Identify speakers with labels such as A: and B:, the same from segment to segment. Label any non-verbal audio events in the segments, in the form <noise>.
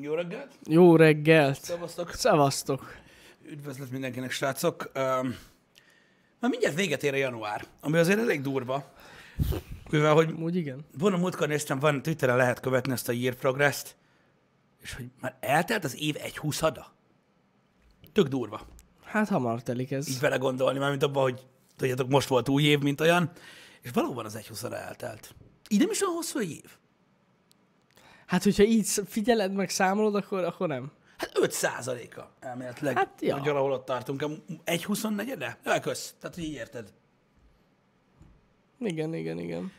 A: Jó reggelt!
B: Jó reggelt!
A: Szevasztok!
B: Szevasztok!
A: Üdvözlet mindenkinek, srácok! Öm, Már mindjárt véget ér a január, ami azért elég durva. Mivel, hogy
B: Úgy igen.
A: Bono múltkor néztem, van Twitteren lehet követni ezt a Year Progress-t, és hogy már eltelt az év egy húszada. Tök durva.
B: Hát hamar telik
A: Így
B: ez.
A: vele gondolni, mármint abban, hogy tudjátok, most volt új év, mint olyan, és valóban az egy húszada eltelt. Így nem is olyan hosszú egy év.
B: Hát, hogyha így sz- figyeled meg, számolod, akkor, akkor nem.
A: Hát 5 százaléka elméletileg,
B: Hát, ja.
A: hogy valahol ott tartunk. Egy 24 de Jaj, kösz. Tehát, hogy így érted.
B: Igen, igen, igen.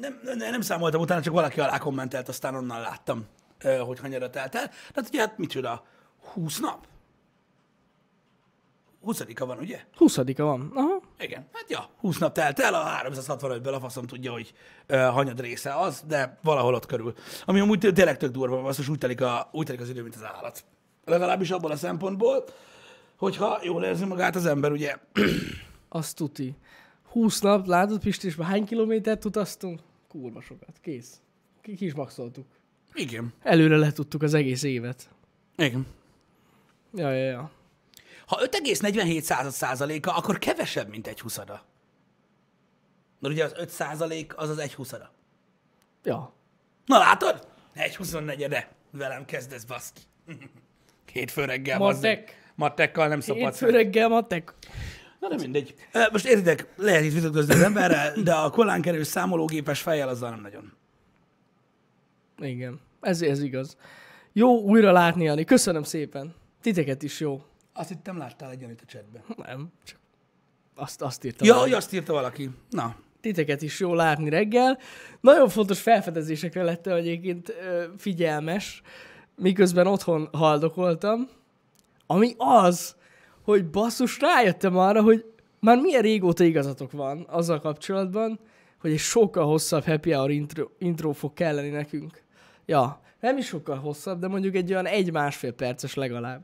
A: Nem, nem, nem számoltam utána, csak valaki alá kommentelt, aztán onnan láttam, ö, hogy hanyara telt el. Tehát ugye, hát micsoda, 20 nap? 20 van, ugye?
B: 20 van. Aha.
A: Igen, hát ja, 20 nap telt el, a 365-ből a faszom tudja, hogy ö, hanyad része az, de valahol ott körül. Ami amúgy té- tényleg tök durva, basszus, úgy telik, a, úgy telik az idő, mint az állat. Legalábbis abból a szempontból, hogyha jól érzi magát az ember, ugye,
B: Azt tuti. 20 nap, látod Pisti, és már hány kilométert utaztunk? Kurva sokat. Kész. Ki ki is maxoltuk.
A: igen,
B: Előre letudtuk az egész évet.
A: igen.
B: Ja, ja, ja.
A: Ha 5,47 század százaléka, akkor kevesebb, mint egy huszada. Mert ugye az 5 százalék az az egy huszada.
B: Ja.
A: Na látod? Egy 24 de velem kezdesz, baszki. <laughs> Hétfő reggel,
B: Matek.
A: bazd meg. Matekkal nem szabadsz.
B: Hétfő reggel matek.
A: Na nem mindegy. Ö, Most értitek, lehet itt vitatkozni az emberrel, de a kollán kerül számológépes fejjel azzal nem nagyon.
B: Igen. Ez, ez igaz. Jó újra látni, Jani. Köszönöm szépen. Titeket is jó.
A: Azt hittem láttál egy itt a csetben.
B: Nem, csak azt, azt írtam.
A: Ja,
B: el.
A: hogy azt írta valaki. Na,
B: titeket is jól látni reggel. Nagyon fontos felfedezésekre lettem egyébként ö, figyelmes, miközben otthon haldokoltam, ami az, hogy basszus rájöttem arra, hogy már milyen régóta igazatok van azzal kapcsolatban, hogy egy sokkal hosszabb happy hour intro, intro fog kelleni nekünk. Ja, nem is sokkal hosszabb, de mondjuk egy olyan egy-másfél perces legalább.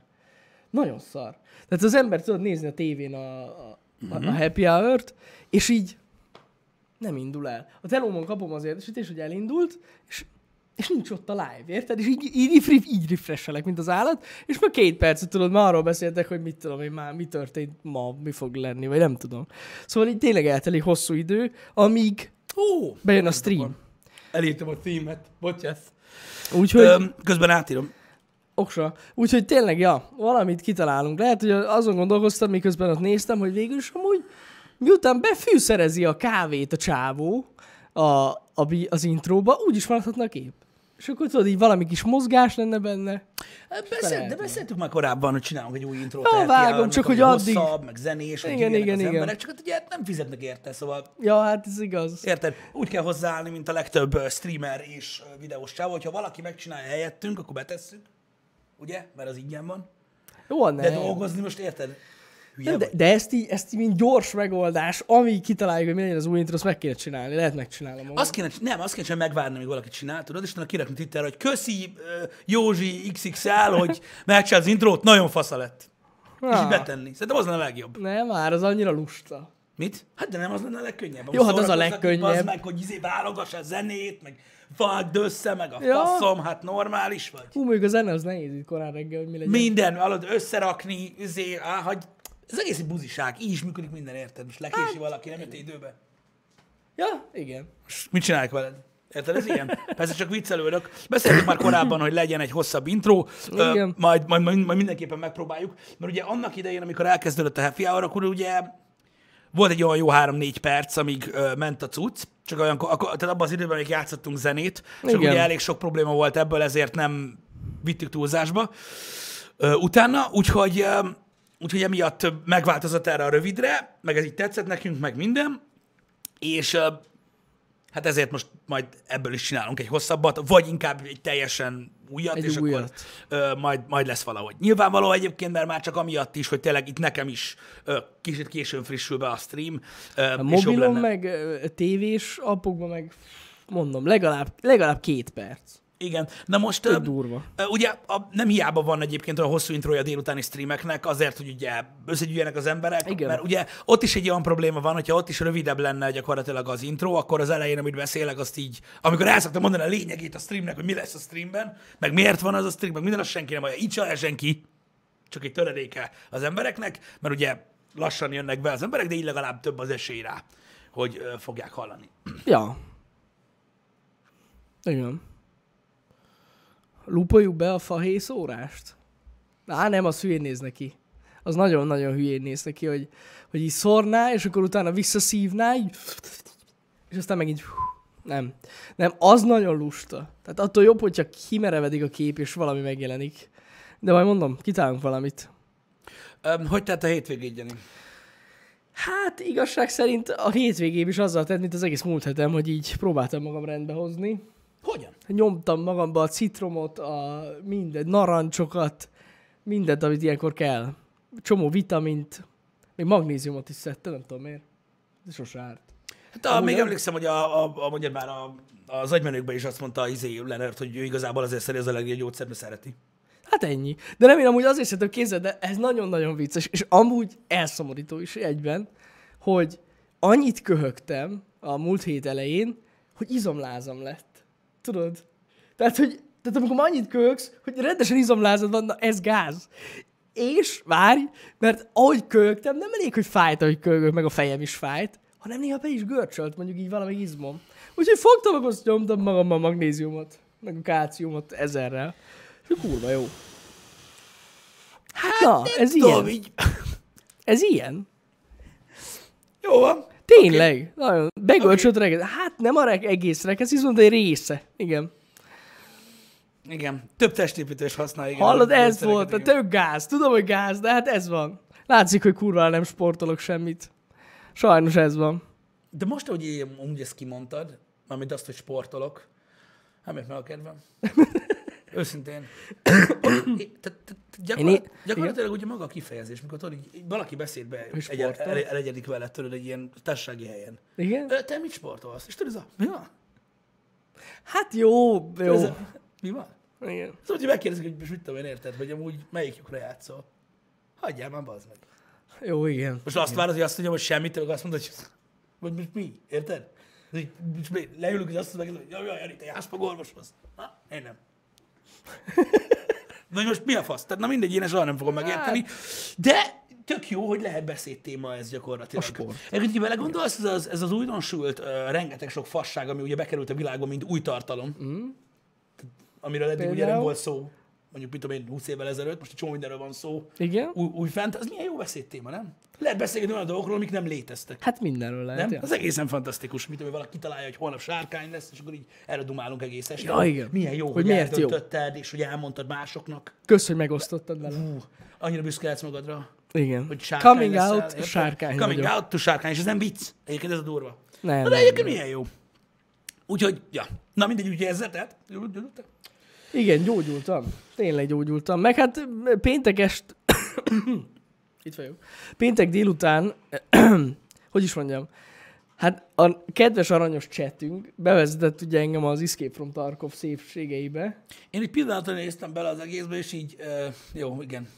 B: Nagyon szar. Tehát az ember tudod nézni a tévén a, a, a happy hour-t, és így nem indul el. A telómon kapom az értesítést, hogy elindult, és, és nincs ott a live, érted? És így, így, így, rif- így refreshelek, mint az állat, és már két percet tudod, már arról beszéltek, hogy mit tudom én már, mi történt ma, mi fog lenni, vagy nem tudom. Szóval így tényleg eltelik hosszú idő, amíg
A: ó,
B: bejön a stream.
A: elírtam a címet, bocsász.
B: Úgyhogy...
A: Öm, közben átírom.
B: Oksa. Úgyhogy tényleg, ja, valamit kitalálunk. Lehet, hogy azon gondolkoztam, miközben ott néztem, hogy végül is amúgy, miután befűszerezi a kávét a csávó a, a, bi- az intróba, úgy is maradhatna a kép. És akkor tudod, így valami kis mozgás lenne benne.
A: Ö, Beszélt, Hát de
B: Feleltem.
A: beszéltük már korábban, hogy csinálunk egy új intrót.
B: Ja,
A: tehát
B: vágom,
A: ilyenek,
B: csak
A: ami
B: hogy addig-
A: Hosszabb, meg zenés, meg
B: Igen,
A: igen, igen,
B: igen,
A: az
B: igen.
A: emberek, csak hát ugye hát nem fizetnek érte, szóval
B: Ja, hát ez igaz.
A: Érted? Úgy kell hozzáállni, mint a legtöbb ö, streamer és ö, videós csávó, hogyha valaki megcsinálja helyettünk, akkor betesszük, ugye? Mert az ingyen van.
B: Jó,
A: De
B: ne.
A: dolgozni most érted? Hülye
B: Nem, de,
A: vagy.
B: de ezt, így, ezt így, mint gyors megoldás, amíg kitaláljuk, hogy mi legyen az új intro, azt meg kéne csinálni. Lehet megcsinálom. magam.
A: Azt kéne, nem, azt kéne csak megvárni, míg valaki csinál, tudod, és utána kirakni Twitterre, hogy köszi ö, Józsi XXL,
B: <laughs>
A: hogy megcsinál az intrót, nagyon fasza lett. És így
B: Ah,
A: betenni. Szerintem az lenne a legjobb.
B: Nem, már az annyira lusta.
A: Mit? Hát de nem az lenne a legkönnyebb.
B: Jó, hát az a
A: szórakoznak, hogy
B: legkönnyebb.
A: bazd meg, hogy izé válogass a zenét, meg vágd össze, meg a
B: Ja.
A: faszom, hát normális vagy.
B: Hú, mondjuk a zene az nehéz itt korán reggel, hogy mi legyen.
A: Minden, alatt összerakni, izé, á, hagy, ez egész egy buziság, így is működik minden, érted? Most lekési
B: Hát-
A: valaki, nem jött időbe.
B: Ja, igen.
A: És mit csinálják veled? Érted, ez ilyen? Persze csak viccelődök. Beszéltük már korábban, hogy legyen egy hosszabb intro, Ö,
B: Igen.
A: majd, majd, majd, majd mindenképpen megpróbáljuk, mert ugye annak idején, amikor elkezdődött a happy hour, akkor ugye volt egy olyan jó 3-4 perc, amíg ö, ment a cucc, csak olyan, akkor, tehát abban az időben még játszottunk zenét, csak
B: Igen.
A: ugye elég sok probléma volt ebből, ezért nem vittük túlzásba ö, utána, úgyhogy, ö, úgyhogy emiatt megváltozott erre a rövidre, meg ez így tetszett nekünk, meg minden, és ö, hát ezért most majd ebből is csinálunk egy hosszabbat, vagy inkább egy teljesen újat,
B: Egy
A: és
B: újat.
A: akkor ö, majd, majd lesz valahogy. Nyilvánvaló egyébként, mert már csak amiatt is, hogy tényleg itt nekem is ö, kicsit későn frissül be a stream, ö,
B: A
A: és jobb
B: Hát mobilon,
A: lenne.
B: meg ö, tévés appokban, meg mondom, legalább, legalább két perc.
A: Igen. Na most...
B: Tök
A: öm,
B: durva.
A: Ö, Ugye a, nem hiába van egyébként olyan hosszú introja délutáni streameknek, azért, hogy ugye összegyűjjenek az emberek,
B: Igen.
A: mert ugye ott is egy olyan probléma van, hogyha ott is rövidebb lenne gyakorlatilag az intro, akkor az elején, amit beszélek, azt így, amikor el szoktam mondani a lényegét a streamnek, hogy mi lesz a streamben, meg miért van az a stream, meg minden, az senki nem hallja. Így se senki, csak egy töredéke az embereknek, mert ugye lassan jönnek be az emberek, de így legalább több az esély rá, hogy ö, fogják hallani.
B: Ja. Igen. Lupoljuk be a fahész órást? Á, nem, az hülyén néz neki. Az nagyon-nagyon hülyén néz neki, hogy, hogy így szórná, és akkor utána visszaszívná, így, és aztán meg így... Nem. Nem, az nagyon lusta. Tehát attól jobb, hogyha kimerevedik a kép, és valami megjelenik. De majd mondom, kitálunk valamit.
A: Öm, Hogy tett a hétvégét, Jani?
B: Hát igazság szerint a hétvégém is azzal tett, mint az egész múlt hetem, hogy így próbáltam magam rendbe hozni.
A: Hogyan?
B: nyomtam magamba a citromot, a minden, narancsokat, mindent, amit ilyenkor kell. Csomó vitamint, még magnéziumot is szedtem, nem tudom miért. De sose árt.
A: Hát a, még emlékszem, hogy a, a, a mondjad már a, az agymenőkben is azt mondta izé Leonard, hogy ő igazából azért szeri az allergia gyógyszert, mert szereti.
B: Hát ennyi. De nem én amúgy azért szeretem kézzel, de ez nagyon-nagyon vicces, és amúgy elszomorító is egyben, hogy annyit köhögtem a múlt hét elején, hogy izomlázam lett. Tudod? Tehát, hogy tehát amikor már annyit köhögsz, hogy rendesen izomlázad van, na ez gáz. És várj, mert ahogy köhögtem, nem elég, hogy fájt, ahogy köhögök, meg a fejem is fájt, hanem néha be is görcsölt, mondjuk így valami izmom. Úgyhogy fogtam, akkor azt nyomtam magammal a magnéziumot, meg a kálciumot ezerrel. És kurva jó. Hát, na, ez
A: Tudom,
B: ilyen.
A: így.
B: Ez ilyen.
A: Jó van.
B: Tényleg. Okay. Nagyon. Begölcsölt okay. rekesz. Hát nem a rek, egész rekesz, viszont egy része. Igen.
A: Igen. Több testépítős használ. Igen,
B: Hallod,
A: a
B: ez
A: gyógyszereket,
B: volt. A
A: igen.
B: több gáz. Tudom, hogy gáz, de hát ez van. Látszik, hogy kurvára nem sportolok semmit. Sajnos ez van.
A: De most, hogy így, úgy ezt kimondtad, mármint azt, hogy sportolok, nem jött meg a
B: <laughs>
A: kedvem.
B: <coughs>
A: Őszintén. Én- tehát- tehát gyakorlat-
B: Én-
A: Gyakorlatilag ugye maga a kifejezés, mikor tudod, így- így valaki beszédbe
B: Hogy
A: egyel-
B: sportol?
A: el- elegyedik veled, tudod, egy ilyen társasági helyen.
B: Igen?
A: Ö, Te mit sportolsz? És tudod, ez a... Mi van?
B: Hát jó, jó.
A: Ez a, mi van?
B: Igen.
A: Szóval, hogy megkérdezik, hogy most mit tudom én érted, hogy amúgy melyikükre játszol. Hagyjál már, bazd meg.
B: Jó, igen.
A: Most azt várod, hogy azt mondjam, hogy semmit, te meg azt mondod, hogy vagy most mi, érted? Ez így, Most mi? leülünk, és azt mondod, hogy jaj, jaj, Jani, te jársz meg orvoshoz. Na, én nem. Na, hogy most mi a fasz? Tehát, na mindegy, én ezt soha nem fogom megérteni.
B: Hát.
A: De tök jó, hogy lehet beszédtéma ez gyakorlatilag.
B: A sport.
A: Egyébként, ha belegondolsz, ez az, ez az újdonsült uh, rengeteg sok fasság, ami ugye bekerült a világba, mint új tartalom. Mm. Amiről eddig ugye nem
B: Például?
A: volt szó, mondjuk mit tudom én, 20 évvel ezelőtt, most egy csomó mindenről van szó
B: Igen?
A: új, új fent, az milyen jó beszédtéma, nem? Lehet beszélni olyan dolgokról, amik nem léteztek.
B: Hát mindenről lehet.
A: Nem?
B: ja.
A: Az egészen fantasztikus, mint hogy valaki kitalálja, hogy holnap sárkány lesz, és akkor így erre dumálunk egész este.
B: Ja, igen.
A: Milyen jó, hogy,
B: Hogy
A: hogy
B: miért jó.
A: eldöntötted, és hogy elmondtad másoknak.
B: Kösz, hogy megosztottad vele.
A: Hú, annyira büszke leszel magadra,
B: Igen.
A: hogy sárkány
B: Coming
A: leszel,
B: out,
A: érted?
B: sárkány
A: Coming
B: vagyok.
A: out to sárkány, és ez nem vicc. Egyébként ez a durva.
B: Nem,
A: Na, de
B: nem,
A: egyébként milyen jó. Úgyhogy, ja. Na mindegy, ugye ezzel tehát. Jól- jól- jól-
B: Igen, gyógyultam. Tényleg gyógyultam. Meg hát péntek est... <coughs> Itt vagyok. Péntek délután, <coughs> hogy is mondjam, hát a kedves aranyos csetünk bevezetett ugye engem az Escape from Tarkov szépségeibe.
A: Én egy pillanatra néztem bele az egészbe, és így, ö, jó, igen.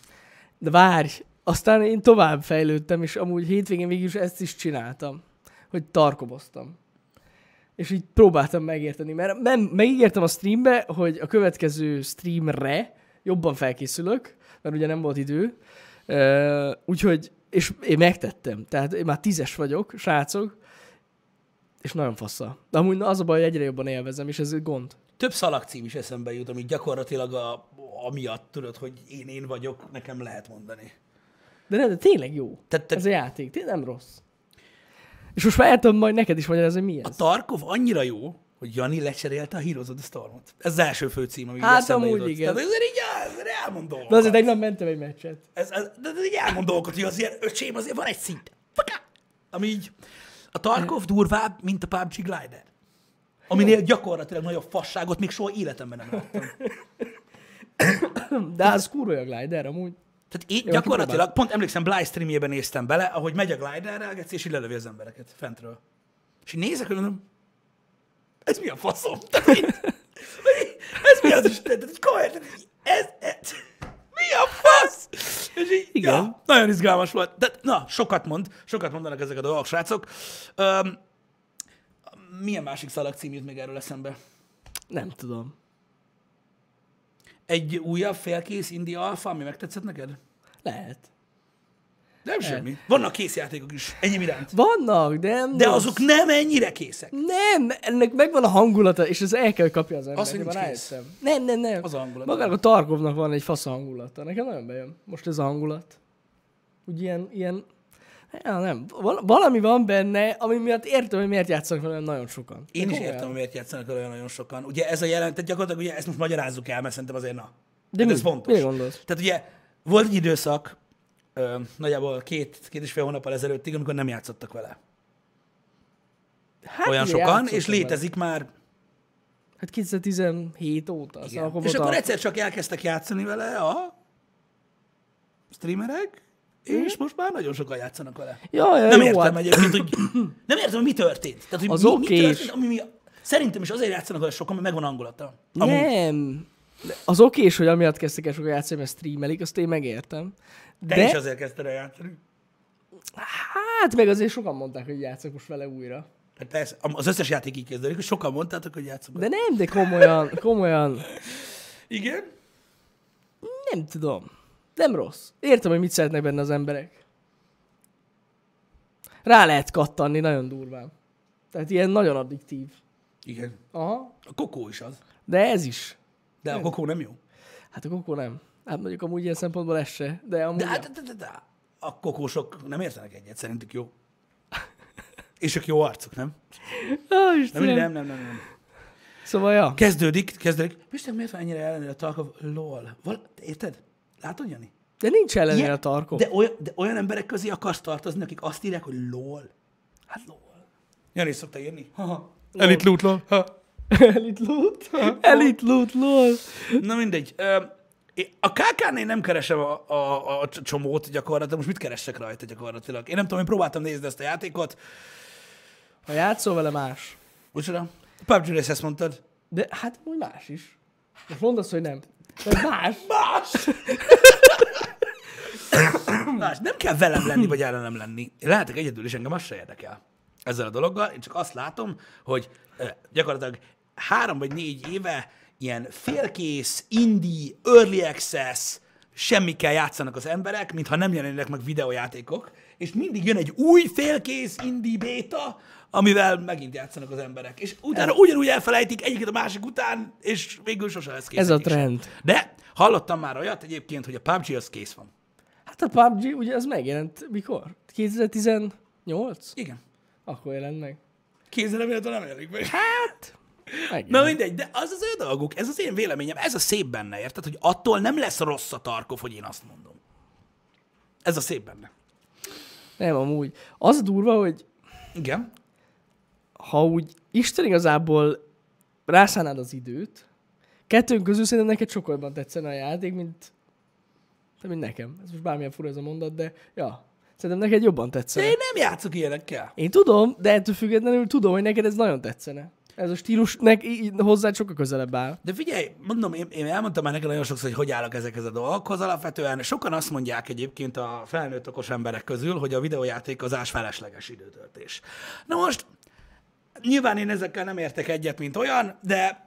B: De várj, aztán én tovább fejlődtem, és amúgy hétvégén végül is ezt is csináltam, hogy tarkoboztam. És így próbáltam megérteni, mert nem, megígértem a streambe, hogy a következő streamre jobban felkészülök, mert ugye nem volt idő, Ö, úgyhogy, és én megtettem, tehát én már tízes vagyok, srácok, és nagyon fassa. De amúgy na, az a baj, hogy egyre jobban élvezem, és ez egy gond.
A: több szalagcím is eszembe jut, amit gyakorlatilag a, amiatt tudod, hogy én én vagyok, nekem lehet mondani.
B: De, nem, de tényleg jó.
A: Tehát te-
B: Ez a játék, tényleg nem rossz. És most már el tudom majd neked is magyarázni, mi
A: A
B: ez.
A: Tarkov annyira jó, hogy Jani lecserélte a Heroes of the Stormot. Ez az első főcím, ami
B: Hát
A: eszembe
B: amúgy
A: jutott.
B: igen.
A: Tehát azért így, á, azért elmond dolgokat.
B: De azért tegnap mentem egy meccset.
A: ez, ez, de ez így elmond dolgokat, hogy azért öcsém, azért van egy szint. Paká! Ami így, a Tarkov durvább, mint a PUBG Glider. Aminél gyakorlatilag nagyobb fasságot még soha életemben nem láttam.
B: De az kurva a glider amúgy.
A: Tehát én
B: Jó,
A: gyakorlatilag, pont emlékszem, Bly streamjében néztem bele, ahogy megy a gliderrel, geci, és így lelövi az embereket fentről. És így nézek, hogy mondom, <laughs> ez mi a faszom? Tehát így- ez mi mi az Isten? Tehát, komolyan, tehát így ez, ez, <laughs> mi a fasz? És így,
B: Igen.
A: Ja, nagyon izgalmas volt. De, na, sokat mond, sokat mondanak ezek a dolgok, srácok. Um, milyen másik szalag cím jut még erről eszembe?
B: Nem tudom.
A: Egy újabb félkész India Alpha, ami megtetszett neked?
B: Lehet.
A: Nem semmi. Vannak készjátékok is, ennyi iránt.
B: Vannak, de nem
A: De
B: rossz.
A: azok nem ennyire készek.
B: Nem, ennek megvan a hangulata, és ez el kell, hogy kapja az ember.
A: Azt, hogy
B: Én
A: nincs
B: már
A: kész.
B: rájöttem. Nem, nem, nem.
A: Az a hangulat.
B: Magának a Tarkovnak van egy fasz hangulata. Nekem nagyon bejön. Most ez a hangulat. Úgy ilyen, ilyen... Ja, nem. Val- valami van benne, ami miatt értem, hogy miért játszanak vele nagyon sokan. De
A: Én is
B: komolyan.
A: értem, hogy miért játszanak olyan nagyon sokan. Ugye ez a jelentet gyakorlatilag, ugye ezt most magyarázzuk el, mert szerintem azért na.
B: De
A: hát
B: mi?
A: ez fontos.
B: Mire gondolsz?
A: Tehát ugye volt egy időszak, ö, nagyjából két, két és fél hónappal ezelőttig, amikor nem játszottak vele.
B: Hát
A: olyan
B: ugye
A: sokan,
B: játszottak
A: és
B: vele.
A: létezik már.
B: Hát 2017 óta.
A: Igen.
B: Aztán Szóval akkor
A: és
B: volt
A: akkor
B: a-
A: egyszer csak elkezdtek játszani vele a streamerek,
B: Mhm.
A: és most már nagyon sokan játszanak vele.
B: Ja, ja,
A: Nem
B: jó,
A: értem
B: hát-
A: egyébként, hogy
B: <coughs>
A: nem értem, hogy mi történt. Tehát, hogy
B: Az
A: mi, mi
B: oké is.
A: történt, ami mi, szerintem is azért játszanak olyan sokan, mert megvan angolata. Amúgy.
B: Nem. Az oké is, hogy amiatt kezdtek el sokan játszani, mert streamelik, azt én megértem.
A: De,
B: De,
A: De is azért kezdted el játszani.
B: hát meg azért sokan mondták, hogy játszok most vele újra.
A: Hát persze, am- az összes játék így kezdődik, hogy sokan mondtátok, hogy játszunk.
B: De nem, de komolyan, komolyan.
A: Igen?
B: Nem tudom. Nem rossz. Értem, hogy mit szeretnek benne az emberek. Rá lehet kattanni nagyon durván. Tehát ilyen nagyon addiktív.
A: Igen.
B: Aha.
A: A kokó is az.
B: De ez is.
A: De a kokó nem jó.
B: Hát a kokó nem. Hát mondjuk amúgy ilyen szempontból ez se. De hát- amúgy...
A: De, hát- de, de, de, de. a kokósok nem értenek egyet, szerintük jó. <laughs> És ők jó arcok, nem?
B: Ah,
A: Nem,
B: Istenem.
A: nem, nem, nem. nem.
B: Szóval ja.
A: Kezdődik, kezdődik. Pisten, miért van ennyire ellenére a Tarkov? Lol. Val- érted? Látod, Jani?
B: De nincs ellenére
A: Ilyen-
B: a tarkó. <laughs>
A: De olyan, de olyan emberek közé akarsz tartozni, akik azt írják, hogy lol. Hát lol. Jani is szokta írni. Elit loot lol. Ha.
B: Elite loot? Elite loot, lol.
A: Na mindegy. Ö, én- A KK-nél nem keresem a, a, a csomót gyakorlatilag, most mit keresek rajta gyakorlatilag? Én nem tudom, én próbáltam nézni ezt a játékot.
B: Ha játszol vele más.
A: Micsoda? A pubg -re is ezt mondtad?
B: De hát úgy más is. Most mondd azt, hogy nem. De más.
A: Más! Más. Nem kell velem lenni, vagy ellenem lenni. Én lehetek egyedül, és engem az se érdekel ezzel a dologgal. Én csak azt látom, hogy ö, gyakorlatilag három vagy négy éve ilyen félkész, indie, early access, semmikkel játszanak az emberek, mintha nem jelennek meg videójátékok, és mindig jön egy új félkész indie beta, amivel megint játszanak az emberek. És utána ugyanúgy elfelejtik egyiket a másik után, és végül sose lesz kész.
B: Ez a
A: egyik sem.
B: trend.
A: De hallottam már olyat egyébként, hogy a PUBG az kész van.
B: Hát a PUBG, ugye az megjelent mikor? 2018?
A: Igen.
B: Akkor jelent meg.
A: Kézzel remélhetően nem élik meg.
B: Hát...
A: Na
B: Megjelent.
A: mindegy, de az az ő dolguk, ez az én véleményem, ez a szép benne, érted? Hogy attól nem lesz rossz a tarkov, hogy én azt mondom. Ez a szép benne.
B: Nem, amúgy. Az a durva, hogy
A: Igen.
B: ha úgy Isten igazából rászánád az időt, kettőnk közül szerintem neked sokkal jobban tetszene a játék, mint, mint nekem. Ez most bármilyen fura ez a mondat, de ja. Szerintem neked jobban
A: De
B: tetszene.
A: én nem játszok ilyenekkel.
B: Én tudom, de ettől függetlenül tudom, hogy neked ez nagyon tetszene. Ez a stílus nek, í- í- hozzád sokkal közelebb áll.
A: De figyelj, mondom, én, én elmondtam már neked nagyon sokszor, hogy hogy állok ezekhez a dolgokhoz. Alapvetően sokan azt mondják egyébként a felnőtt okos emberek közül, hogy a videójátékozás felesleges időtöltés. Na most, nyilván én ezekkel nem értek egyet, mint olyan, de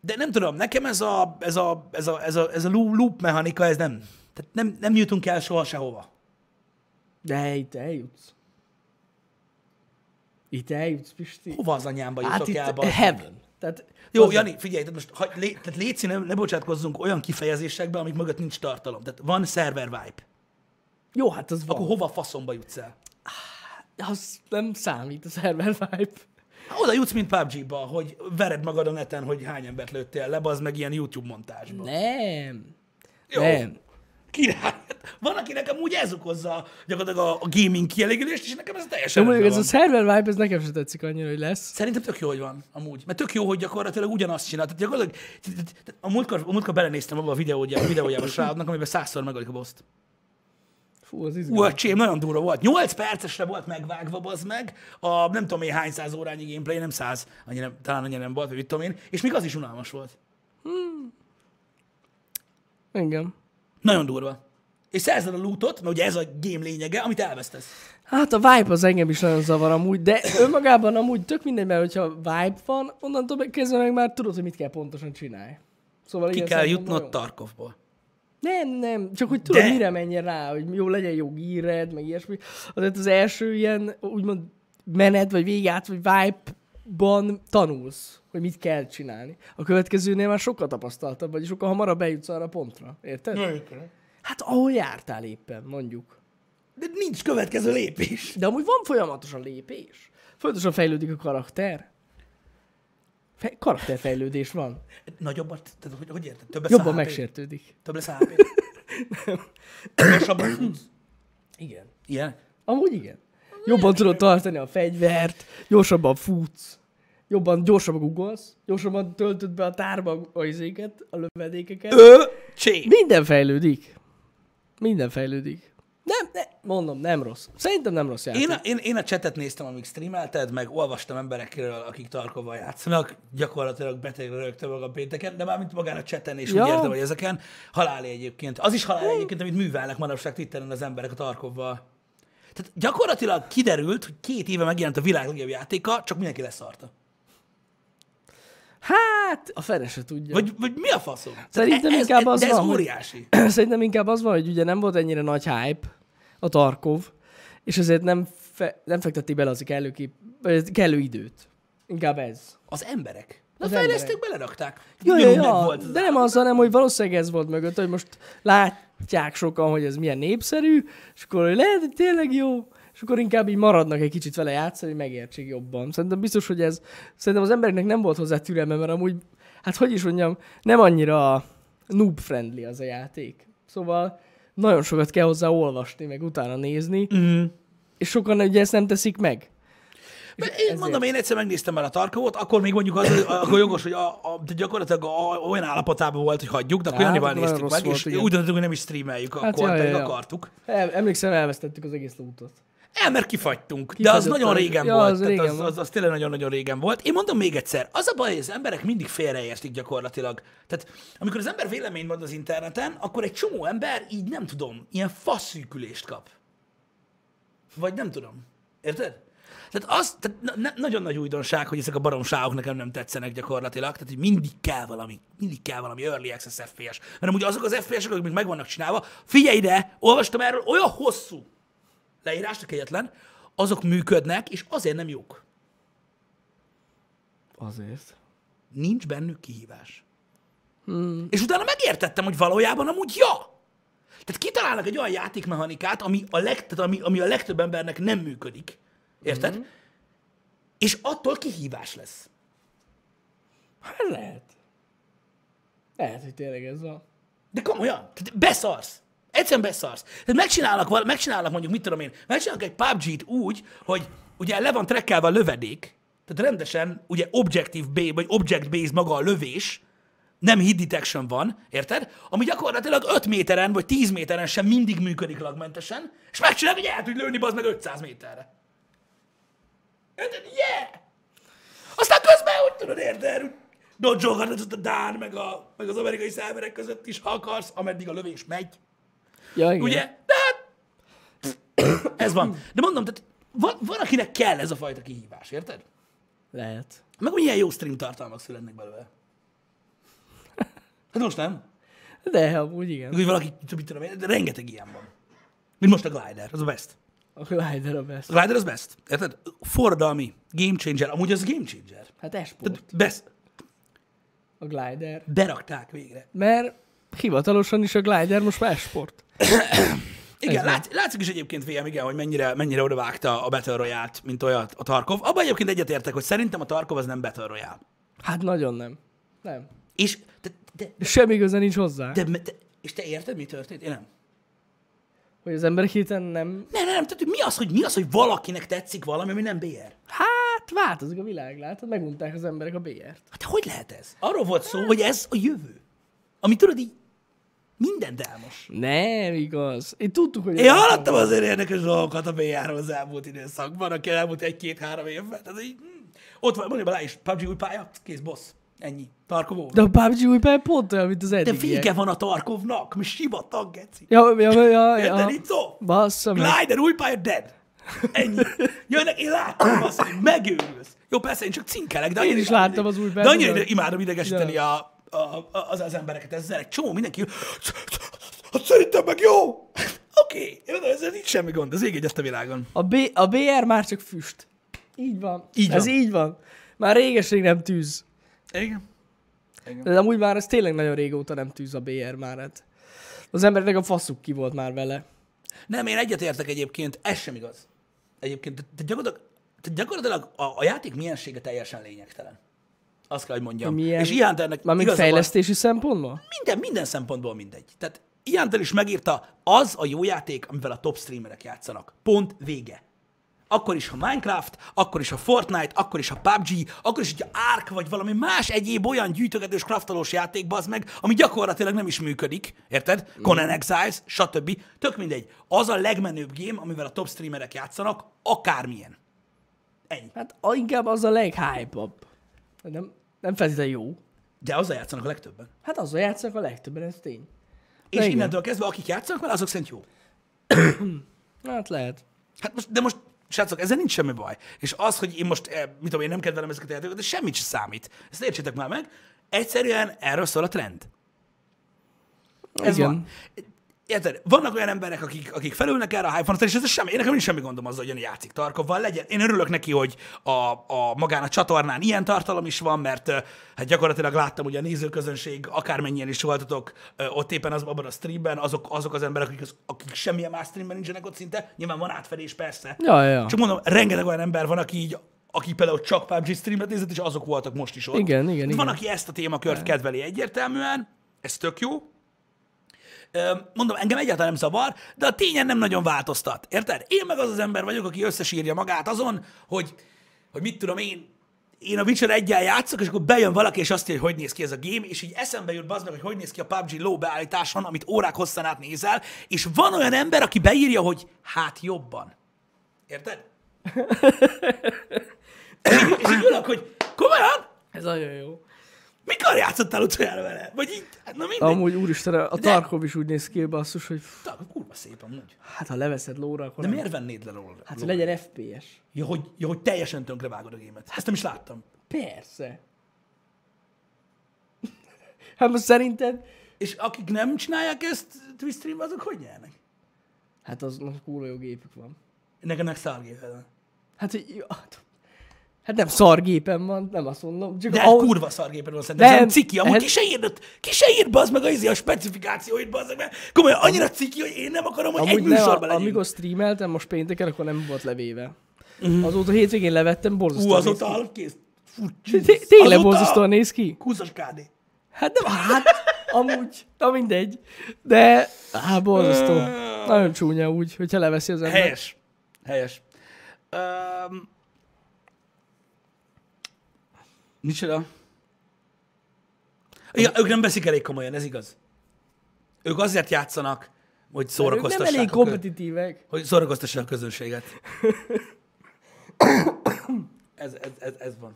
A: de nem tudom, nekem ez a, ez a, ez a, ez a, ez a loo- loop mechanika, ez nem, tehát nem, nem jutunk el soha sehova.
B: De itt eljutsz. Itt eljutsz, Pisti.
A: Hova az anyámba
B: Hát
A: jutok
B: itt
A: el?
B: elban.
A: bazd meg?
B: heaven. Tehát,
A: Jó,
B: hozzá-
A: Jani, figyelj, tehát most hagy, lé, tehát légy színe, ne bocsátkozzunk olyan kifejezésekbe, amik mögött nincs tartalom. Tehát van server vibe.
B: Jó, hát az van.
A: Akkor hova faszomba jutsz el?
B: Az nem számít a server vibe.
A: Hát Oda jutsz, mint PUBG-ba, hogy vered magad a neten, hogy hány embert lőttél le, az meg ilyen YouTube montázsba.
B: Nem.
A: Jó.
B: Nem.
A: Király. hát Van, akinek amúgy ez okozza gyakorlatilag a, a gaming kielégülést, és nekem ez
B: De
A: teljesen
B: mondjuk
A: rendben
B: ez
A: van.
B: a server vibe, ez nekem se tetszik annyira, hogy lesz.
A: Szerintem tök jó, hogy van, amúgy. Mert tök jó, hogy gyakorlatilag ugyanazt csinál. Tehát gyakorlatilag, tehát- tehát- tehát a múltkor, a múltkor belenéztem abba a videójába, a videójába a srácnak, amiben százszor megölik a boszt.
B: Fú, az
A: Ú,
B: izgalmas.
A: öcsém, nagyon durva volt. 8 percesre volt megvágva, az meg. A nem tudom én hány száz órányi gameplay, nem száz, annyira, talán annyira nem volt, vagy mit tudom én. És még az is unalmas volt.
B: Igen.
A: Nagyon durva. És szerzed a lootot, mert ugye ez a game lényege, amit elvesztesz.
B: Hát a vibe az engem is nagyon zavar amúgy, de önmagában amúgy tök mindegy, mert hogyha vibe van, onnantól meg- kezdve meg már tudod, hogy mit kell pontosan csinálni. Szóval
A: Ki
B: ilyen
A: kell
B: szempontból
A: jutnod
B: jó.
A: Tarkovból.
B: Nem, nem, csak hogy tudod,
A: De-
B: mire menjen rá, hogy jó legyen jó gíred, meg ilyesmi. Azért az első ilyen, úgymond menet, vagy végát, vagy vibe-ban tanulsz, hogy mit kell csinálni. A következőnél már sokkal tapasztaltabb vagy, és sokkal hamarabb bejutsz arra a pontra. Érted? Hát ahol jártál éppen, mondjuk.
A: De nincs következő lépés.
B: De amúgy van folyamatosan lépés. Folyamatosan fejlődik a karakter. Fe- karakterfejlődés van.
A: Nagyobbat, tehát hogy, hogy érted? Több lesz a
B: Jobban
A: HP.
B: megsértődik.
A: Több lesz a
B: <laughs>
A: HP. Gyorsabban futsz.
B: Igen.
A: Ilyen?
B: Amúgy igen. Jobban tudod tartani a fegyvert, gyorsabban futsz, jobban, gyorsabban googolsz, gyorsabban töltöd be a tárba a izéket, a lövedékeket.
A: Ö, csé.
B: Minden fejlődik. Minden fejlődik. Nem, ne, mondom, nem rossz. Szerintem nem rossz játék.
A: Én a, én, én a chatet néztem, amíg streamelted, meg olvastam emberekről, akik Tarkovval játszanak, gyakorlatilag betegre rögtön magam pénteken, de mármint magán a chaten és
B: Ja.
A: úgy értem, hogy ezeken. Haláli egyébként. Az is haláli egyébként, amit művelnek manapság Twitteren az emberek a Tarkovval. Tehát gyakorlatilag kiderült, hogy két éve megjelent a világ legjobb játéka, csak mindenki leszarta.
B: Hát, a fene se tudja.
A: Vagy, vagy mi a faszom? Tehát
B: Szerintem inkább az
A: de ez
B: van, hogy-
A: óriási.
B: <clears throat> Szerintem inkább az van, hogy ugye nem volt ennyire nagy hype a Tarkov, és ezért nem, fe, nem fektették bele az kellő, kellő időt. Inkább ez.
A: Az emberek. Na
B: Az
A: fejlesztők belerakták.
B: Ja, ja,
A: Minimum
B: ja.
A: megvolt az
B: De nem az, hanem hogy valószínűleg ez volt mögött, hogy most látják sokan, hogy ez milyen népszerű, és akkor hogy lehet, hogy tényleg jó, és akkor inkább így maradnak egy kicsit vele játszani, hogy megértsék jobban. Szerintem biztos, hogy ez, szerintem az embereknek nem volt hozzá türelme, mert amúgy, hát hogy is mondjam, nem annyira noob-friendly az a játék. Szóval nagyon sokat kell hozzá olvasni, meg utána nézni,
A: Mhm.
B: és sokan ugye ezt nem teszik meg.
A: Be, én
B: ezért-
A: mondom, én egyszer megnéztem el a Tarkovot, akkor még mondjuk az, akkor jogos, hogy a, a, de gyakorlatilag a, olyan állapotában volt, hogy hagyjuk, de akkor
B: Hát,
A: annyiban
B: nagyon
A: néztük meg,
B: rossz volt,
A: és
B: igen.
A: úgy döntöttünk, hogy nem is streameljük,
B: Hát,
A: akkor
B: ja, ja,
A: pedig
B: ja.
A: akartuk.
B: El, emlékszem, elvesztettük az egész lootot.
A: El, mert kifagytunk, de az
B: Kifagyott
A: nagyon
B: az-
A: régen
B: ja,
A: volt.
B: az
A: tehát
B: régen
A: az,
B: volt.
A: az, az tényleg nagyon-nagyon régen volt. Én mondom még egyszer, az a baj, hogy az emberek mindig félreértik gyakorlatilag. Tehát amikor az ember véleményt mond az interneten, akkor egy csomó ember így nem tudom, ilyen faszűkülést kap. Vagy nem tudom. Érted? Tehát az, tehát na, na, nagyon nagy újdonság, hogy ezek a baromságok nekem nem tetszenek gyakorlatilag, tehát hogy mindig kell valami, mindig kell valami early access FPS. Mert amúgy azok az FPS-ek, amik meg vannak csinálva, figyelj ide, olvastam erről olyan hosszú leírásnak egyetlen, azok működnek, és azért nem jók.
B: Azért.
A: Nincs bennük kihívás. Hmm. És utána megértettem, hogy valójában amúgy ja. Tehát kitalálnak egy olyan játékmechanikát, ami a, leg, tehát ami, ami a legtöbb embernek nem működik. Érted? Hmm. És attól kihívás lesz.
B: Hát lehet. Lehet, hogy tényleg ez van.
A: De komolyan, tehát beszarsz. Egyszerűen beszarsz. Tehát megcsinálnak, val- megcsinálnak mondjuk, mit tudom én, megcsinálnak egy PUBG-t úgy, hogy ugye le van trekkelve a lövedék, tehát rendesen ugye objective B, vagy object base maga a lövés, nem hit detection van, érted? Ami gyakorlatilag 5 méteren vagy 10 méteren sem mindig működik lagmentesen, és megcsinálják, hogy el tudj lőni, bazd meg 500 méterre. Érted? Yeah! Aztán közben úgy tudod, érted, úgy dodzsolgatod a Dán, meg, a, meg az amerikai szerverek között is, ha akarsz, ameddig a lövés megy.
B: Ja, igen.
A: Ugye? De hát, ez van. De mondom, tehát van, van, akinek kell ez a fajta kihívás, érted?
B: Lehet.
A: Meg milyen jó stream tartalmak születnek belőle. Hát most nem.
B: De amúgy igen.
A: Hogy valaki, mit tudom én, de rengeteg ilyen van. Mint most a Glider, az a best.
B: A glider a best.
A: A Glider az best. Érted? Fordalmi, game changer, amúgy az game changer.
B: Hát esport.
A: Tehát best.
B: A glider.
A: Berakták végre.
B: Mert hivatalosan is a glider most már esport.
A: Igen,
B: Ez van.
A: lát, látszik is egyébként VM, igen, hogy mennyire, mennyire odavágta a Battle royale mint olyat a Tarkov. Abban egyébként egyetértek, hogy szerintem a Tarkov az nem Battle Royale.
B: Hát nagyon nem. Nem.
A: És de, de,
B: Semmi köze nincs hozzá. De...
A: de, de, és te érted, mi történt? Én nem.
B: Hogy az ember hirtelen nem...
A: Nem, nem, nem, tehát hogy mi az, hogy mi az, hogy valakinek tetszik valami, ami nem BR?
B: Hát változik a világ, látod? Megunták az emberek a BR-t.
A: Hát de hogy lehet ez? Arról volt szó, hogy ez a jövő. Ami tudod így, mindent elmos.
B: Nem igaz. Én tudtuk, hogy...
A: Én hallottam azért érdekes dolgokat a BR-ról az elmúlt időszakban, aki elmúlt egy-két-három évben. Tehát így, hm, ott van, mondjuk alá is, PUBG új pálya, kész boss. Ennyi. Tarkovó.
B: De a PUBG új pályán pont olyan, mint az
A: De
B: eddigiek.
A: vége van a Tarkovnak, mi sivatag, geci.
B: Ja, ja, ja, ja.
A: Érted, itt szó?
B: Bassza meg.
A: Glider, új pálya, dead. Ennyi. Jönnek, én láttam azt, hogy megőrülsz. Jó, persze, én csak cinkelek, de annyira
B: is
A: imádom
B: láttam
A: ide-
B: az új
A: De annyira
B: Batman-t.
A: imádom idegesíteni a, a, a, az, az embereket ezzel. Egy csomó mindenki, hát szerintem meg jó. Oké, okay. ez nincs semmi gond, az ég egyet a világon.
B: A, B, a BR már csak füst. Így van.
A: Így
B: Ez
A: van.
B: így van. Már réges rég nem tűz.
A: Igen.
B: De amúgy már ez tényleg nagyon régóta nem tűz a BR már. Hát. Az embernek a faszuk ki volt már vele.
A: Nem, én egyetértek egyébként, ez sem igaz. Egyébként, te gyakorlatilag, te gyakorlatilag a, a játék miensége teljesen lényegtelen. Azt kell, hogy mondjam.
B: Milyen-
A: És ilyen ennek
B: Mármint
A: igaza van.
B: fejlesztési szempontból?
A: minden, minden szempontból mindegy. Tehát Iántel is megírta, az a jó játék, amivel a top streamerek játszanak. Pont vége. Akkor is, ha Minecraft, akkor is, ha Fortnite, akkor is, ha PUBG, akkor is, hogyha Ark vagy valami más egyéb olyan gyűjtögetős, kraftolós játék, bazd meg, ami gyakorlatilag nem is működik, érted? Conan Exiles, stb. Tök mindegy. Az a legmenőbb game, amivel a top streamerek játszanak, akármilyen. Ennyi.
B: Hát a- inkább az a leghype-abb. Nem, nem feltétlenül jó.
A: De azzal játszanak a legtöbben.
B: Hát azzal játszanak a legtöbben, ez tény.
A: És
B: igen.
A: innentől kezdve, akik játszanak vele, azok szerint jó.
B: Hát lehet.
A: Hát most, de most, srácok, ezzel nincs semmi baj. És az, hogy én most, eh, mit tudom, én nem kedvelem ezeket a játékokat, de semmit sem számít. Ezt értsétek már meg. Egyszerűen erről szól a trend. Ez
B: Igen.
A: van. Érted? Vannak olyan emberek, akik, akik felülnek erre a hype vonatra, és ez semmi, én nekem nincs semmi gondom azzal, hogy jön játszik Tarkovval legyen. Én örülök neki, hogy a, a magán a csatornán ilyen tartalom is van, mert ö, hát gyakorlatilag láttam, hogy a nézőközönség, akármennyien is voltatok ö, ott éppen az, abban a streamben, azok, azok az emberek, akik, az, akik semmilyen más streamben nincsenek ott szinte, nyilván van átfedés, persze.
B: Ja, ja.
A: Csak mondom, rengeteg olyan ember van, aki így aki például csak PUBG streamet nézett, és azok voltak most is ott.
B: Igen, igen,
A: Van,
B: igen.
A: aki ezt a témakört kedveli egyértelműen, ez tök jó, Ö, mondom, engem egyáltalán nem zavar, de a tényen nem nagyon változtat. Érted? Én meg az az ember vagyok, aki összesírja magát azon, hogy, hogy mit tudom én, én a Witcher egyen játszok, és akkor bejön valaki, és azt írja, hogy hogy néz ki ez a game, és így eszembe jut bazd meg, hogy hogy néz ki a PUBG low beállításon, amit órák hosszan át nézel, és van olyan ember, aki beírja, hogy hát jobban.
B: <laughs>
A: Érted? és, így, és így ülök, hogy komolyan?
B: Ez nagyon jó.
A: Mikor játszottál utoljára vele? Vagy így, hát na mindegy.
B: Amúgy úristen, a
A: De-
B: Tarkov is úgy néz ki, basszus, hogy
A: Am- kurva szép amúgy.
B: hát ha leveszed lóra, akkor
A: De
B: nem-
A: miért vennéd le róla?
B: Hát hogy legyen FPS.
A: Ja, hogy, ja, hogy teljesen tönkre vágod a gémet. Ezt nem is láttam.
B: Persze. <laughs> Hát most szerinted?
A: És akik nem csinálják ezt Twitch stream azok hogy nyernek?
B: Hát az, az kurva jó gépük van.
A: Nekem meg szargéped van.
B: Hát, hogy, jó, hát- hát nem szar gépem van, nem azt mondom. Csak
A: De
B: ahhoz-
A: oh. kurva szargéped van szerintem.
B: Nem,
A: Nem, ciki, amúgy
B: ez-
A: ki se írd, ki se írd bazd meg a, izé, a specifikációit, bazd meg. Komolyan, annyira ciki, hogy én nem akarom, hogy egy
B: Amúgy ne,
A: műsorban
B: a,
A: legyünk.
B: amikor streameltem most pénteken, akkor nem volt levéve. Uh-huh. Azóta hétvégén levettem, borzasztó.
A: Mhm. Ú, azóta halott kész. Fú,
B: Té- Tényleg borzasztóan néz ki?
A: Húzas KD.
B: Hát nem, hát amúgy, na mindegy. De, hát borzasztó. Nagyon csúnya úgy, hogyha leveszi az ember.
A: Helyes. Helyes. Um, micsoda? Ja, ők nem veszik elég komolyan, ez igaz. Ők azért játszanak, hogy
B: Ők nem
A: szórakoztassák,
B: elég
A: a kö-
B: kompetitívek.
A: hogy szórakoztassák a közönséget. <coughs> ez, ez, ez, ez van.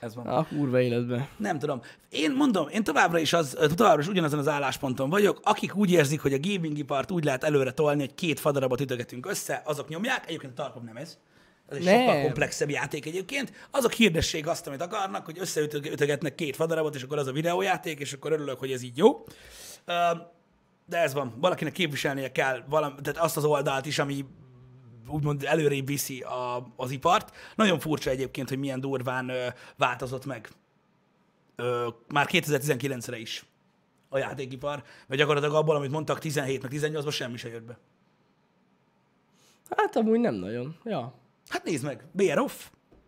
A: Ez van.
B: A kurva életben.
A: Nem tudom. Én mondom, én továbbra is, az, továbbra is ugyanazon az állásponton vagyok, akik úgy érzik, hogy a gamingipart úgy lehet előre tolni, hogy két fadarabot ütögetünk össze, azok nyomják, egyébként a Tarkov nem ez. Ez egy
B: Nem.
A: sokkal komplexebb játék egyébként. Azok hirdessék azt, amit akarnak, hogy összeütögetnek két fadarabot, és akkor az a videójáték, és akkor örülök, hogy ez így jó. Ö, De ez van. Valakinek képviselnie kell valami, tehát azt az oldalt is, ami úgymond előrébb viszi a, az ipart. Nagyon furcsa egyébként, hogy milyen durván ö, változott meg ö, már 2019-re is a játékipar, mert gyakorlatilag abból, amit mondtak 17 meg 18-ban semmi se jött be.
B: Hát amúgy nem nagyon. Ja.
A: Hát nézd meg, BR off.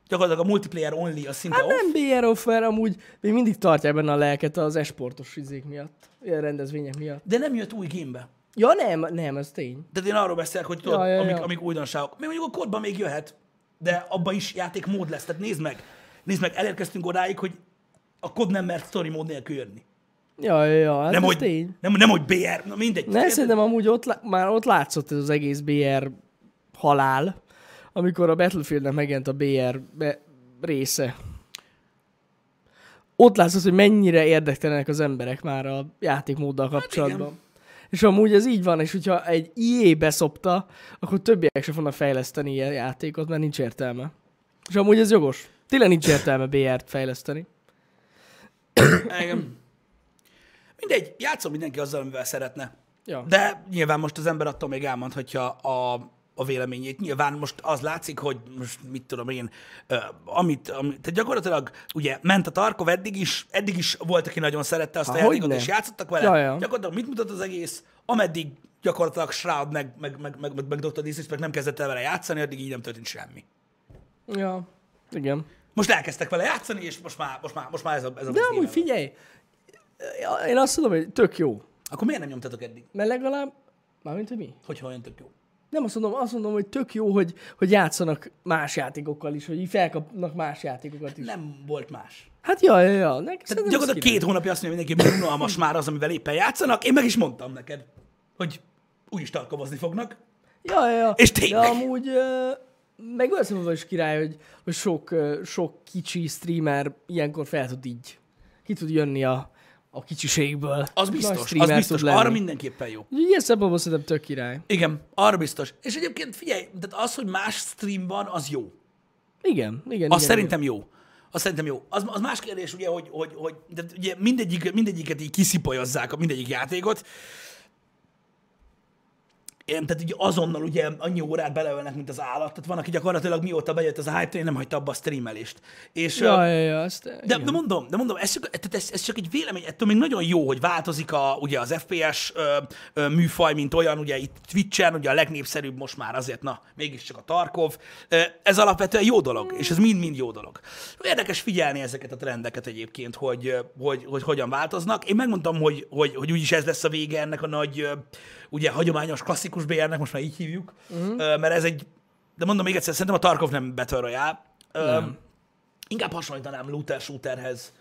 A: Gyakorlatilag a multiplayer only az szinte
B: Hát
A: off.
B: nem BR offer, amúgy még mindig tartják benne a lelket az esportos izék miatt. Ilyen rendezvények miatt.
A: De nem jött új gamebe.
B: Ja nem, nem, ez tény.
A: Tehát én arról beszélek, hogy tudod,
B: Ja, ja, ja.
A: amik, amik újdonságok. Még mondjuk a kodban még jöhet, de abban is játékmód lesz. Tehát nézd meg, nézd meg, elérkeztünk odáig, hogy a kod nem mert story mód nélkül jönni.
B: Ja, ja, ja, hát
A: Nem,
B: ez
A: hogy,
B: tény.
A: nem, nem, hogy BR, na mindegy.
B: Nem,
A: Érted?
B: szerintem amúgy ott, lá- már ott látszott ez az egész BR halál, amikor a Battlefieldnek megjelent a BR be- része. ott látszott, hogy mennyire érdektelenek az emberek már a játékmóddal kapcsolatban.
A: Hát igen.
B: és amúgy ez így van, és hogyha egy IE beszopta, akkor többiek sem fognak fejleszteni ilyen játékot, mert nincs értelme. És amúgy ez jogos. Tényleg nincs értelme BR-t fejleszteni.
A: Igen. Mindegy, játszom mindenki azzal, amivel szeretne.
B: Ja.
A: De nyilván most az ember attól még elmondhatja a, a véleményét. Nyilván most az látszik, hogy most mit tudom én, ö, amit, amit tehát gyakorlatilag ugye ment a Tarkov eddig is, eddig is volt, aki nagyon szerette azt a
B: Há,
A: játékot,
B: hogyne.
A: és játszottak vele.
B: Ja, ja.
A: Gyakorlatilag mit mutat az egész, ameddig gyakorlatilag Shroud meg, meg, meg, meg, meg, meg Dr. Disrespect nem kezdett el vele játszani, addig így nem történt semmi.
B: Ja. Igen.
A: Most elkezdtek vele játszani, és most már, most már, most már ez a, ez a
B: De
A: az
B: amúgy
A: éve.
B: figyelj, én azt tudom, hogy tök jó.
A: Akkor miért nem nyomtatok eddig,
B: Mert legalább, mármint, hogy mi?
A: hogyha olyan tök jó?
B: Nem azt mondom, azt mondom, hogy tök jó, hogy, hogy játszanak más játékokkal is, hogy így felkapnak más játékokat is.
A: Nem volt más.
B: Hát ja, ja, ja. Nek,
A: Tehát
B: szerintem ez
A: gyakorlatilag
B: király.
A: két hónapja azt mondja mindenki, hogy unalmas már az, amivel éppen játszanak. Én meg is mondtam neked, hogy úgyis tarkomozni fognak.
B: Ja, ja, ja.
A: És tényleg.
B: De amúgy ö, meg olyan szempontból is király, hogy, hogy sok, ö, sok kicsi streamer ilyenkor fel tud így. Ki tud jönni a, a kicsiségből.
A: Az
B: Nagy
A: biztos, az
B: streamer
A: biztos.
B: tud lenni.
A: Arra mindenképpen jó.
B: Úgyhogy Ilyen szempontból szerintem tök király.
A: Igen, arra biztos. És egyébként figyelj, tehát az, hogy más stream van, az jó.
B: Igen, igen.
A: Az
B: igen,
A: szerintem jó. Az szerintem jó. Az, az más kérdés, ugye, hogy, hogy, hogy de ugye mindegyik, mindegyiket így kiszipolyozzák, mindegyik játékot. Én, tehát ugye azonnal ugye annyi órát beleölnek, mint az állat. Tehát van, aki gyakorlatilag mióta bejött az a hype train, nem hagyta abba a streamelést. És,
B: igen.
A: ö,
B: Ja, ja, ja. Azt,
A: de, de mondom, de mondom, ez csak, tehát ez, ez csak egy vélemény, ettől még nagyon jó, hogy változik a, ugye az FPS ö, ö, műfaj, mint olyan, ugye itt Twitch-en, ugye a legnépszerűbb most már azért, na, mégiscsak a Tarkov. Ö, Ez alapvetően jó dolog, és ez mind-mind jó dolog. Érdekes figyelni ezeket a trendeket egyébként, hogy, ö, hogy, hogy hogyan változnak. Én megmondtam, hogy, hogy, hogy úgyis ez lesz a vége ennek a nagy, ö, ugye hagyományos klasszikus BR-nek, most már így hívjuk, uh-huh. mert ez egy, de mondom még egyszer, szerintem a Tarkov nem Battle Royale. Ö, Inkább hasonlítanám looter shooterhez,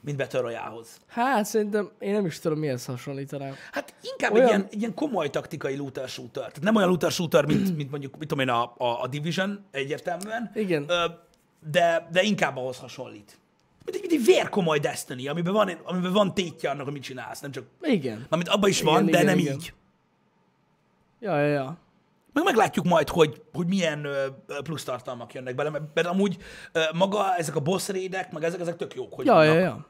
A: mint Battle Royale-hoz.
B: Hát szerintem én nem is tudom, mihez hasonlítanám.
A: Hát inkább
B: Olyan-
A: egy, ilyen, egy ilyen komoly taktikai looter shooter. Tehát nem olyan looter shooter, mint, mint mondjuk, mit tudom én, a, a, a Division egyértelműen.
B: Igen.
A: Ö, de, de inkább ahhoz hasonlít. Mint egy, mint egy vérkomoly Destiny, amiben van, amiben van tétje annak, amit csinálsz. Nem csak,
B: Igen.
A: amit abban is van,
B: Igen,
A: de
B: igen,
A: nem
B: igen.
A: így.
B: Ja, ja, ja.
A: Meg meglátjuk majd, hogy, hogy milyen ö, ö, plusz tartalmak jönnek bele, mert, mert amúgy ö, maga ezek a boss raidek, meg ezek, ezek tök jók, hogy
B: Ja, ja,
A: vannak.
B: ja.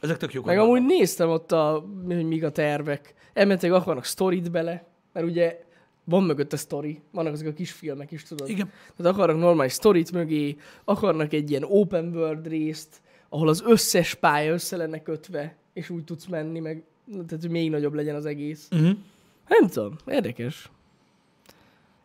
A: Ezek tök jók,
B: Meg
A: hogy vannak.
B: amúgy néztem ott, a, hogy mik a tervek. Elmentek, akarnak sztorit bele, mert ugye van mögött a sztori, vannak azok a kis filmek is, tudod.
A: Igen.
B: Tehát akarnak normális sztorit mögé, akarnak egy ilyen open world részt, ahol az összes pálya össze lenne kötve, és úgy tudsz menni, meg tehát, hogy még nagyobb legyen az egész.
A: Uh-huh.
B: Nem tudom, érdekes.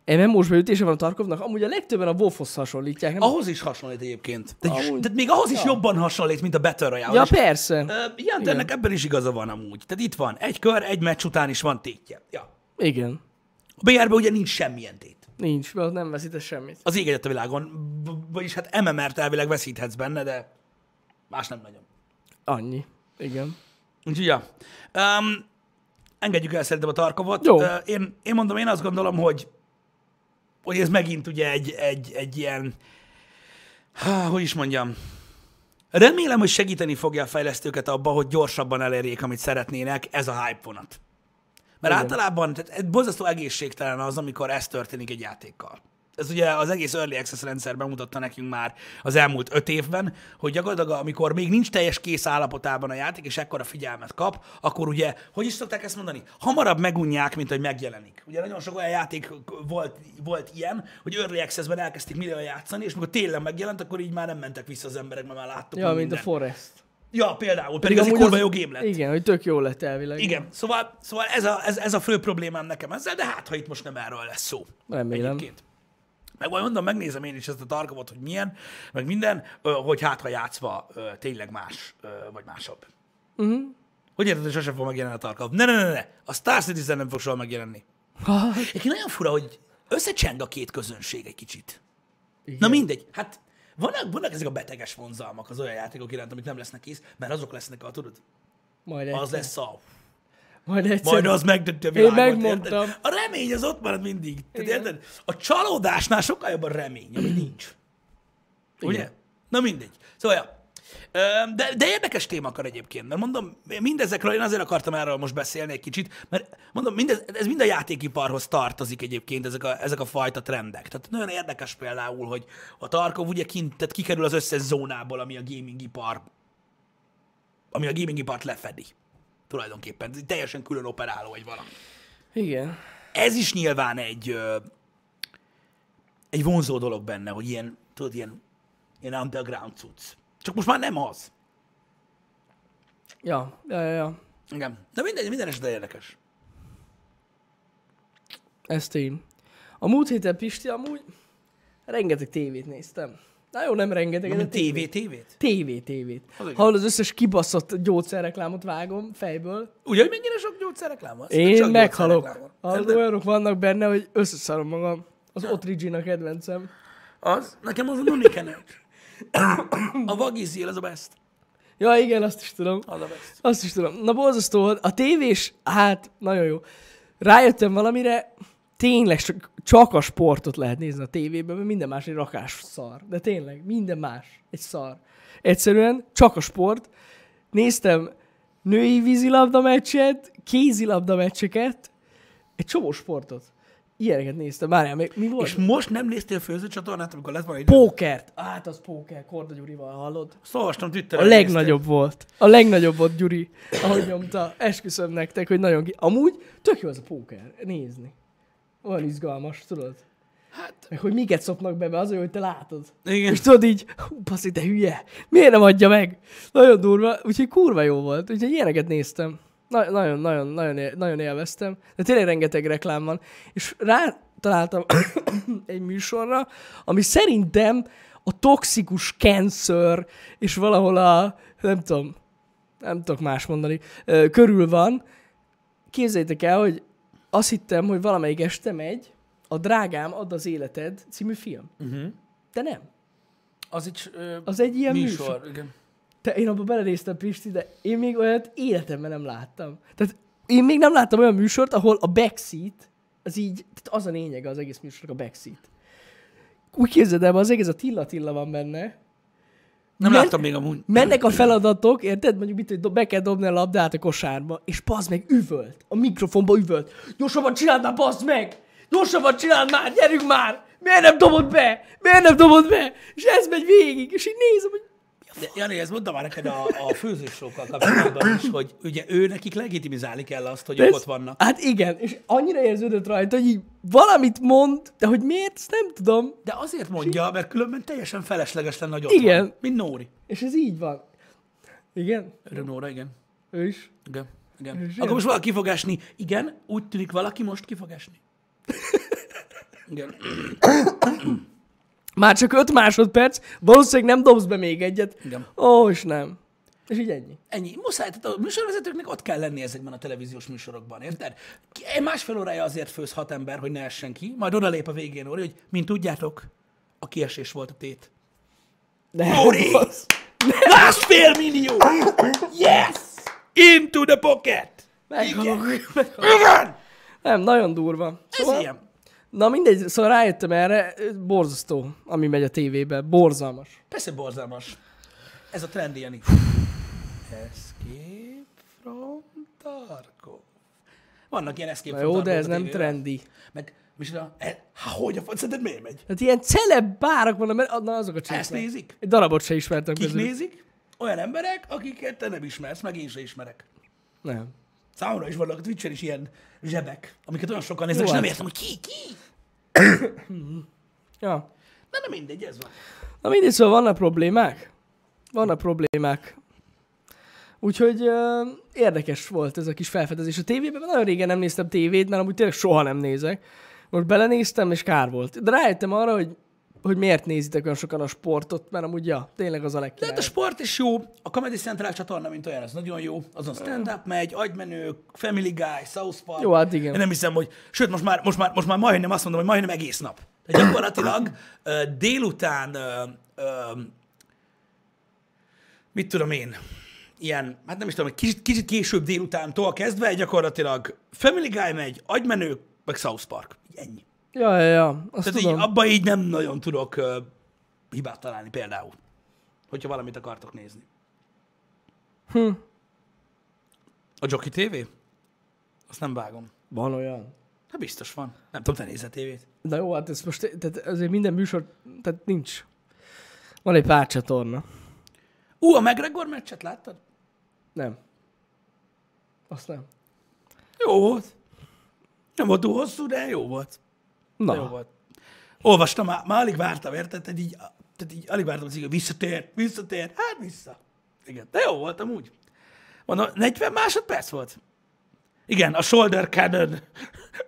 B: MMO-s beütése van a Tarkovnak, amúgy a legtöbben a Wolfhoz hasonlítják, nem?
A: Ahhoz is hasonlít egyébként. Tehát,
B: Amúgy.
A: tehát még ahhoz is
B: Ja.
A: jobban hasonlít, mint a Battle Royale.
B: ja,
A: És,
B: persze.
A: ö, Igen, de ennek ebben is igaza van amúgy. Tehát itt van, egy kör, egy meccs után is van tétje. Ja.
B: Igen.
A: A BR-ben ugye nincs semmilyen tét.
B: Nincs, mert ott nem veszítesz semmit.
A: Az ég egyet a világon. V- Vagyis hát MMR-t elvileg veszíthetsz benne, de más nem nagyon.
B: Annyi. Igen.
A: Úgyhogy, ja. Um, engedjük el szerintem a Tarkovot.
B: Jó.
A: Ö, Én, én mondom, én azt gondolom, hogy, hogy ez megint ugye egy, egy, egy ilyen, há, hogy is mondjam, remélem, hogy segíteni fogja a fejlesztőket abba, hogy gyorsabban elérjék, amit szeretnének, ez a hype vonat. Mert Igen. általában tehát, ez borzasztó egészségtelen az, amikor ez történik egy játékkal. Ez ugye az egész Early Access rendszer bemutatta nekünk már az elmúlt öt évben, hogy gyakorlatilag amikor még nincs teljes kész állapotában a játék, és ekkora figyelmet kap, akkor ugye, hogy is szokták ezt mondani? Hamarabb megunják, mint hogy megjelenik. Ugye nagyon sok olyan játék volt, volt ilyen, hogy Early Access-ben elkezdték millióan játszani, és mikor télen megjelent, akkor így már nem mentek vissza az emberek, mert már láttuk
B: Ja,
A: hogy
B: mint a
A: minden.
B: Forest.
A: Ja, például, pedig, pedig az egy
B: amúgy
A: kurva jó game lett.
B: Igen, hogy tök jó lett elvileg.
A: Igen, szóval, szóval ez, a, ez, ez a fő problémám nekem ezzel, de hát, ha itt most nem erről lesz szó.
B: Remélem.
A: Egyébként. Meg majd mondom, megnézem én is ezt a targamot, hogy milyen, meg minden, ö, hogy hát, ha játszva ö, tényleg más, ö, vagy másabb. Uh-huh.
B: Mhm.
A: Hogy érted, hogy sosem fog megjelenni a tarkam? Ne, ne, ne, ne, a Star Citizen nem fog soha megjelenni. Egyébként nagyon fura, hogy összecseng a két közönség egy kicsit. Igen. Na mindegy, hát vannak, vannak ezek a beteges vonzalmak az olyan játékok iránt, amit nem lesznek kész, mert azok lesznek a, tudod,
B: <laughs> Majd egyszer.
A: az lesz a
B: Majd egyszer.
A: majd az megdönti a világot.
B: megmondtam.
A: érted? A remény az ott marad mindig. Tehát, érted? A csalódásnál sokkal jobb a remény, ami nincs. Ugye? Na mindegy. Szóval, ja. Ö, De, de érdekes témakör egyébként, mert mondom, mindezekről én azért akartam erről most beszélni egy kicsit, mert mondom, mindez, ez mind a játékiparhoz tartozik egyébként ezek a, ezek a fajta trendek. Tehát nagyon érdekes például, hogy a Tarkov ugye kint, tehát kikerül az összes zónából, ami a gamingipar, ami a gamingipart lefedi tulajdonképpen. Ez egy teljesen külön operáló egy valami.
B: Igen.
A: Ez is nyilván egy, ö, egy vonzó dolog benne, hogy ilyen, tudod, ilyen, ilyen underground cucc. Csak most már nem az.
B: Ja, ja, ja, ja.
A: Igen. De mindegy, minden esetre érdekes.
B: Ez tény. A múlt héten Pisti amúgy rengeteg tévét néztem. Na jó, nem rengeteg, de
A: Mint
B: tévét.
A: TV, tévét?
B: Tévét, tévét.
A: Az igen.
B: Hallod, az összes kibaszott gyógyszerreklámot vágom fejből.
A: Ugye, hogy mennyire sok gyógyszerreklám van?
B: Én
A: Csak
B: meghalok.
A: gyógyszerreklám van.
B: Hallod, olyanok vannak benne, hogy összeszarom magam. Az Otrigin a kedvencem.
A: Az? Nekem az a <coughs> Nonikenert. A vagizél az a best.
B: Ja, igen, azt is tudom.
A: Az a best.
B: Azt is tudom. Na, borzasztó volt. A tévés, hát, nagyon jó. Rájöttem valamire, tényleg csak, csak a sportot lehet nézni a tévében, mert minden más egy rakás szar. De tényleg, minden más egy szar. Egyszerűen csak a sport. Néztem női vízilabda meccset, kézilabda meccseket, egy csomó sportot. Ilyeneket néztem. Várjál, még mi volt?
A: És most nem néztél főzőcsatornát, amikor lett volna idő?
B: Pókert. Hát az póker, Korda Gyurival hallod.
A: Azt olvastam Twitteren.
B: A
A: hogy
B: legnagyobb volt. A legnagyobb volt Gyuri, ahogy nyomta. Esküszöm nektek, hogy nagyon... Ki... Amúgy tök jó az a póker, nézni. Olyan izgalmas, tudod?
A: Hát-
B: Meg hogy miket szopnak be, mert az olyan, hogy te látod.
A: nézted. Igen.
B: És tudod így, hú, baszi, te hülye, miért nem adja meg? Nagyon durva, úgyhogy kurva jó volt, úgyhogy ilyeneket néztem. Na- nagyon, nagyon, nagyon, él- nagyon élveztem, de tényleg rengeteg reklám van. És rá találtam <coughs> egy műsorra, ami szerintem a toxikus cancer, és valahol a, nem tudom, nem tudok más mondani, ö, körül van. Képzeljétek el, hogy azt hittem, hogy valamelyik este megy, a Drágám, add az életed című film. Uh-huh. De nem.
A: Az egy ö,
B: Az egy ilyen műsor. műsor.
A: műsor. Igen.
B: Te, én abban belenéztem, Pisti, de én még olyat életemben nem láttam. Tehát én még nem láttam olyan műsort, ahol a backseat, az így, tehát az a lényege az egész műsornak a backseat. Úgy képzeld el, az egész a Tilla-Tilla van benne,
A: Nem
B: Mert-
A: láttam még amúgy.
B: Mennek a feladatok, érted? Mondjuk mit, hogy do- be kell dobni a labdát a kosárba, és bazd meg, üvölt. A mikrofonba üvölt. Gyorsabban csináld már, bazd meg! Gyorsabban csináld már, gyerünk már! Miért nem dobod be? Miért nem dobod be? És ez megy végig, és így nézem, hogy
A: De, Jani, ezt mondtam már neked a, a főzősókkal kapcsolatban is, hogy ugye ő nekik legitimizálni kell azt, hogy ők
B: Ez-
A: ott vannak.
B: Hát igen, és annyira érződött rajta, hogy így valamit mond, de hogy miért, ezt nem tudom.
A: De azért mondja, mert különben teljesen felesleges lenne, hogy ott
B: Igen.
A: van. Mint Nóri.
B: És ez így van. Igen?
A: Öröm Nóra, igen.
B: Ő is?
A: Igen.
B: És
A: igen. Akkor
B: ilyen.
A: most valaki fog esni. Igen, úgy tűnik valaki most ki fog esni. Igen.
B: Már csak 5 másodperc, valószínűleg nem dobsz be még egyet.
A: Igen.
B: Ó, és nem. És így ennyi.
A: Ennyi. Muszáj, tehát a műsorvezetőknek ott kell lenni ezekben a televíziós műsorokban, érted? Ki- egy Másfél órája azért főz hat ember, hogy ne essen ki, majd odalép a végén Nóri, hogy mint tudjátok, a kiesés volt a tét.
B: De <laughs>
A: Nóri! Másfél millió! Yes! Into the pocket!
B: Meghalok.
A: Igen!
B: Nem, nagyon durva. Szóval-
A: Ez ilyen.
B: Na mindegy, szóval rájöttem erre, ö, borzasztó, ami megy a tévébe, borzalmas.
A: Persze borzalmas. Ez a trend ilyen is. Escape from Tarkov. Vannak ilyen Escape
B: Na
A: from
B: jó, de
A: Tarkovok
B: ez
A: a
B: nem
A: tévében.
B: trendi.
A: Meg, micsoda, e, há, hogy a fasz, szerinted miért megy?
B: Tehát ilyen celeb bárak vannak, mert na, azok a csíkok.
A: Ezt nézik?
B: Egy darabot se ismertem
A: Kik
B: közül.
A: nézik? Olyan emberek, akiket te nem ismersz, meg én sem ismerek.
B: Nem.
A: Számomra is vannak, Twitchen is ilyen zsebek, amiket olyan sokan néznek,
B: Jó,
A: és nem
B: hát.
A: értem, hogy ki, ki?
B: Ja.
A: Na, nem mindegy, ez van.
B: Na mindegy, szóval vannak problémák. Vannak problémák. Úgyhogy ö, érdekes volt ez a kis felfedezés a tévében, mert nagyon régen nem néztem tévét, mert amúgy tényleg soha nem nézek. Most belenéztem, és kár volt. De rájöttem arra, hogy, hogy miért nézitek olyan sokan a sportot, mert amúgy, ja, tényleg az a
A: De hát
B: legkirály.
A: a sport is jó, a Comedy Central csatorna, mint olyan, az nagyon jó. Azon stand-up megy, agymenők, Family Guy, South Park.
B: Jó, hát igen.
A: Én nem hiszem, hogy... Sőt, most már, most már, most már majdnem azt mondom, hogy majdnem egész nap. Tehát gyakorlatilag ö, délután... Ö, ö, mit tudom én, ilyen, hát nem is tudom, egy kicsit, kicsit később délutántól kezdve gyakorlatilag Family Guy megy, agymenők, meg South Park. Így Ennyi.
B: Ja, ja, ja, azt
A: Tehát
B: tudom.
A: így, abba így nem nagyon tudok ö, hibát találni például, hogyha valamit akartok nézni. A Joki TV? Azt nem vágom.
B: Van olyan.
A: Hát biztos van. Nem tudom, te nézed tévét.
B: Na jó, hát ez most, tehát azért minden műsor, tehát nincs. Van egy pár csatorna.
A: Ú, a McGregor meccset láttad?
B: Nem. Azt nem.
A: Jó volt. Nem volt túl hosszú, de jó volt.
B: Na,
A: De jó volt. Olvastam, már, már alig vártam, érted? Tehát így, tehát így alig vártam, hogy visszatér, visszatér, hát vissza. Igen, de jó voltam úgy. Mondom, 40 másodperc volt. Igen, a shoulder cannon.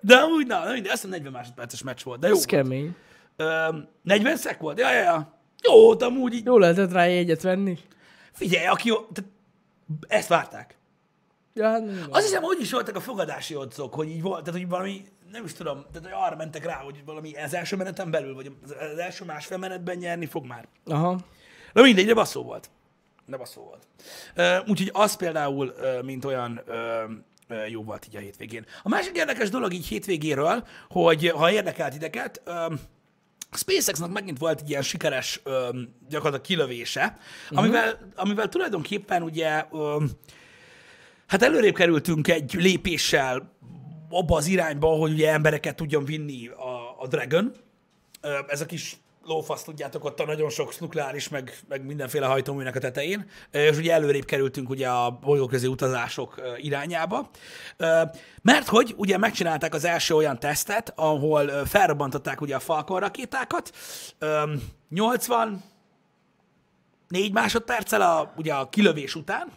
A: De úgy, na, na mindegy, azt hiszem 40 másodperces meccs volt, de jó
B: ez kemény.
A: Ö, 40 szek volt? Ja, ja, ja. Jó volt amúgy így.
B: Jó lehetett rá jegyet venni.
A: Figyelj, aki jó, tehát ezt várták.
B: Ja, hát nem
A: Azt hiszem, úgy is voltak a fogadási otcok, hogy így volt, tehát hogy valami, nem is tudom, tehát hogy arra mentek rá, hogy valami az első meneten belül, vagy az- az első másfél menetben nyerni fog már.
B: Aha.
A: Na mindegy, de baszó volt. De baszó volt. Ö, Úgyhogy az például, ö, mint olyan ö, ö, jó volt így a hétvégén. A másik érdekes dolog így hétvégéről, hogy ha érdekelt ideket, ö, SpaceX-nak megint volt egy ilyen sikeres ö, gyakorlatilag kilövése, amivel, amivel tulajdonképpen ugye ö, hát előrébb kerültünk egy lépéssel abba az irányba, hogy ugye embereket tudjon vinni a, a Dragon. Ö, Ez a kis lófasz, tudjátok, ott a nagyon sok nukleáris, meg, meg mindenféle hajtóműnek a tetején, Ö, és ugye előrébb kerültünk ugye a bolygóközi utazások ö, irányába, Ö, mert hogy ugye megcsinálták az első olyan tesztet, ahol ö, felrobbantották ugye a Falcon rakétákat, Ö, 80 négy másodperccel a, ugye a kilövés után,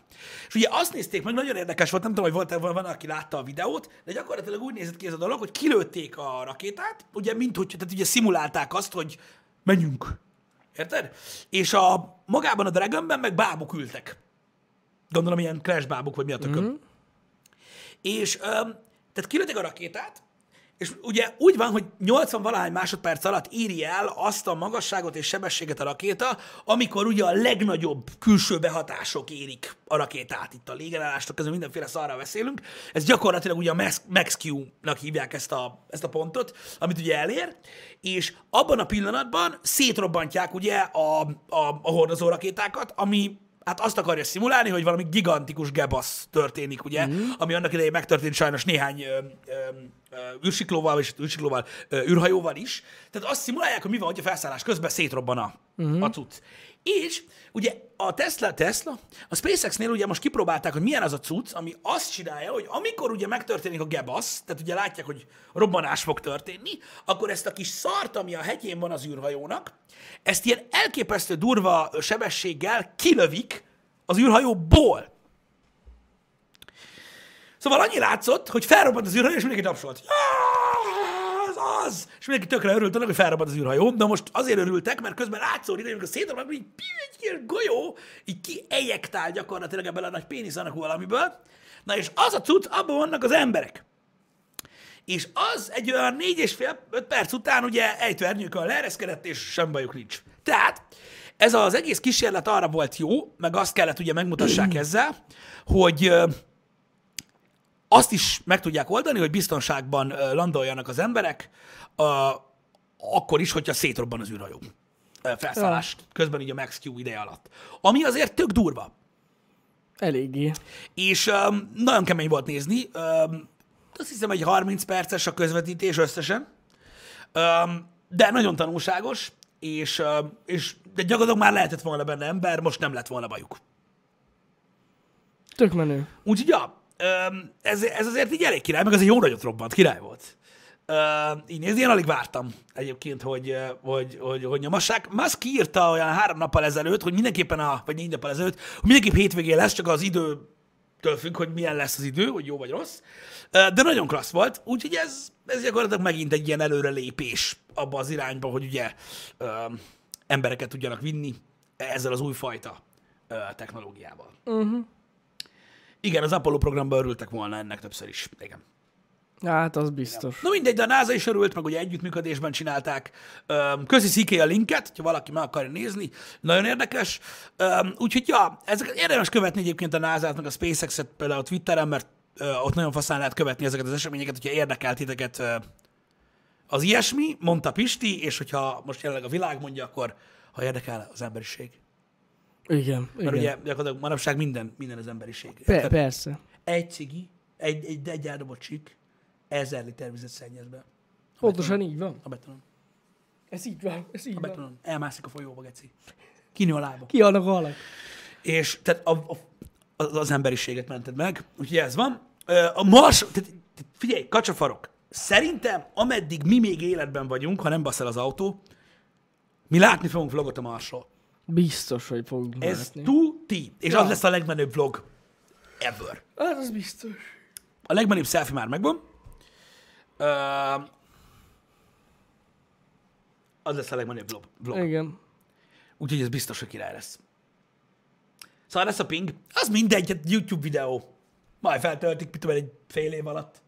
A: és ugye azt nézték meg, nagyon érdekes volt, nem tudom, hogy volt-e van, aki látta a videót, de gyakorlatilag úgy nézett ki ez a dolog, hogy kilőtték a rakétát, ugye mint hogy, tehát ugye szimulálták azt, hogy menjünk. Érted? És a magában a Dragonben meg bábuk ültek. Gondolom ilyen crash bábuk, vagy mi a tököm. Mm-hmm. És öm, tehát kilőtték a rakétát, és ugye úgy van, hogy 80 valahány másodperc alatt éri el azt a magasságot és sebességet a rakéta, amikor ugye a legnagyobb külső behatások érik a rakétát. Itt a légelállástól kezdve mindenféle szarra beszélünk. Ez gyakorlatilag ugye a Max- MaxQ-nak hívják ezt a, ezt a pontot, amit ugye elér, és abban a pillanatban szétrobbantják ugye a, a, a hordozó rakétákat, ami hát azt akarja szimulálni, hogy valami gigantikus gebasz történik, ugye, mm. ami annak idején megtörtént sajnos néhány ö, ö, ö, űrsiklóval, és űrsiklóval, ö, űrhajóval is. Tehát azt szimulálják, hogy mi van, hogy a felszállás közben szétrobban a, mm. a cucc. És ugye a Tesla, Tesla, a SpaceX-nél ugye most kipróbálták, hogy milyen az a cucc, ami azt csinálja, hogy amikor ugye megtörténik a gebasz, tehát ugye látják, hogy robbanás fog történni, akkor ezt a kis szart, ami a hegyén van az űrhajónak, ezt ilyen elképesztő durva sebességgel kilövik az űrhajóból. Szóval annyi látszott, hogy felrobbant az űrhajó, és mindenki tapsolt. "Jaj, Az, az! És mindenki tökre örült annak, hogy felrobbant az űrhajó, de most azért örültek, mert közben látszódik, hogy amikor szétrobban, így piu, egy ilyen golyó, így kiejektál gyakorlatilag ebből a nagy pénisz annak valamiből. Na és az a cucc, abban vannak az emberek. És az egy olyan négy és fél, öt perc után ugye ejtőernyőkön leereszkedett, és sem bajuk nincs. Tehát ez az egész kísérlet arra volt jó, meg azt kellett ugye megmutassák ezzel, hogy ö, azt is meg tudják oldani, hogy biztonságban ö, landoljanak az emberek, ö, akkor is, hogyha szétrobban az űrhajó ö, felszállás közben így a MaxQ ideje alatt. Ami azért tök durva.
B: Eléggé.
A: És um, nagyon kemény volt nézni. Um, azt hiszem, egy 30 perces a közvetítés összesen. Um, de nagyon tanulságos, és, um, és de gyakorlatilag már lehetett volna benne ember, most nem lett volna bajuk.
B: Tök menő.
A: Úgyhogy ja, öm, ez, ez azért így elég király, meg az egy jó nagyot robbant, király volt. Öm, Így nézni, én alig vártam egyébként, hogy, ö, hogy, hogy, hogy nyomassák. Musk írta olyan három nappal ezelőtt, hogy mindenképpen a, vagy négy nappal ezelőtt, hogy mindenképp hétvégén lesz, csak az idő függ, hogy milyen lesz az idő, hogy jó vagy rossz. Ö, De nagyon klassz volt, úgyhogy ez, ez gyakorlatilag megint egy ilyen előrelépés abba az irányba, hogy ugye öm, embereket tudjanak vinni ezzel az újfajta ö, technológiával. Igen, az Apollo programban örültek volna ennek többször is. Igen.
B: Hát, az biztos.
A: Na mindegy, de a NASA is örült, meg ugye együttműködésben csinálták. Öm, Köszi Sziké a linket, ha valaki meg akarja nézni. Nagyon érdekes. Öm, Úgyhogy ja, ezeket érdemes követni egyébként a NASA-t, meg a SpaceX-et például a Twitteren, mert ö, ott nagyon faszán lehet követni ezeket az eseményeket, hogyha érdekel titeket ö, az ilyesmi, mondta Pisti, és hogyha most jelenleg a világ mondja, akkor ha érdekel az emberiség.
B: Igen. igen.
A: Mert ugye gyakorlatilag manapság minden, minden az emberiség.
B: Pe-
A: Tehát
B: persze.
A: Egy cigi, egy, egy, egy áldobott csik, ezer liter vizet szennyez be.
B: Pontosan így van.
A: A betonon.
B: Ez így van. Ez így
A: A
B: van.
A: betonon. Elmászik a folyóba, geci. Kinő a lába.
B: Ki annak a halak?
A: És tehát a, a, az az emberiséget mented meg, úgyhogy ez van. Ö, A mars, tehát, tehát figyelj, kacsafarok, szerintem ameddig mi még életben vagyunk, ha nem basz el az autó, mi látni fogunk vlogot a marsról.
B: Biztos, hogy fogunk
A: Ez
B: látni.
A: tuti. És
B: Ja.
A: az lesz a legmenőbb vlog ever.
B: Hát az biztos.
A: A legmenőbb selfie már megvan. Ö, az lesz a legmenőbb vlog. vlog.
B: Igen.
A: Úgyhogy ez biztos, hogy király lesz. Szóval lesz a ping. Az mindegy, hát YouTube videó. Majd feltöltik, mit tudom, én, egy fél év alatt.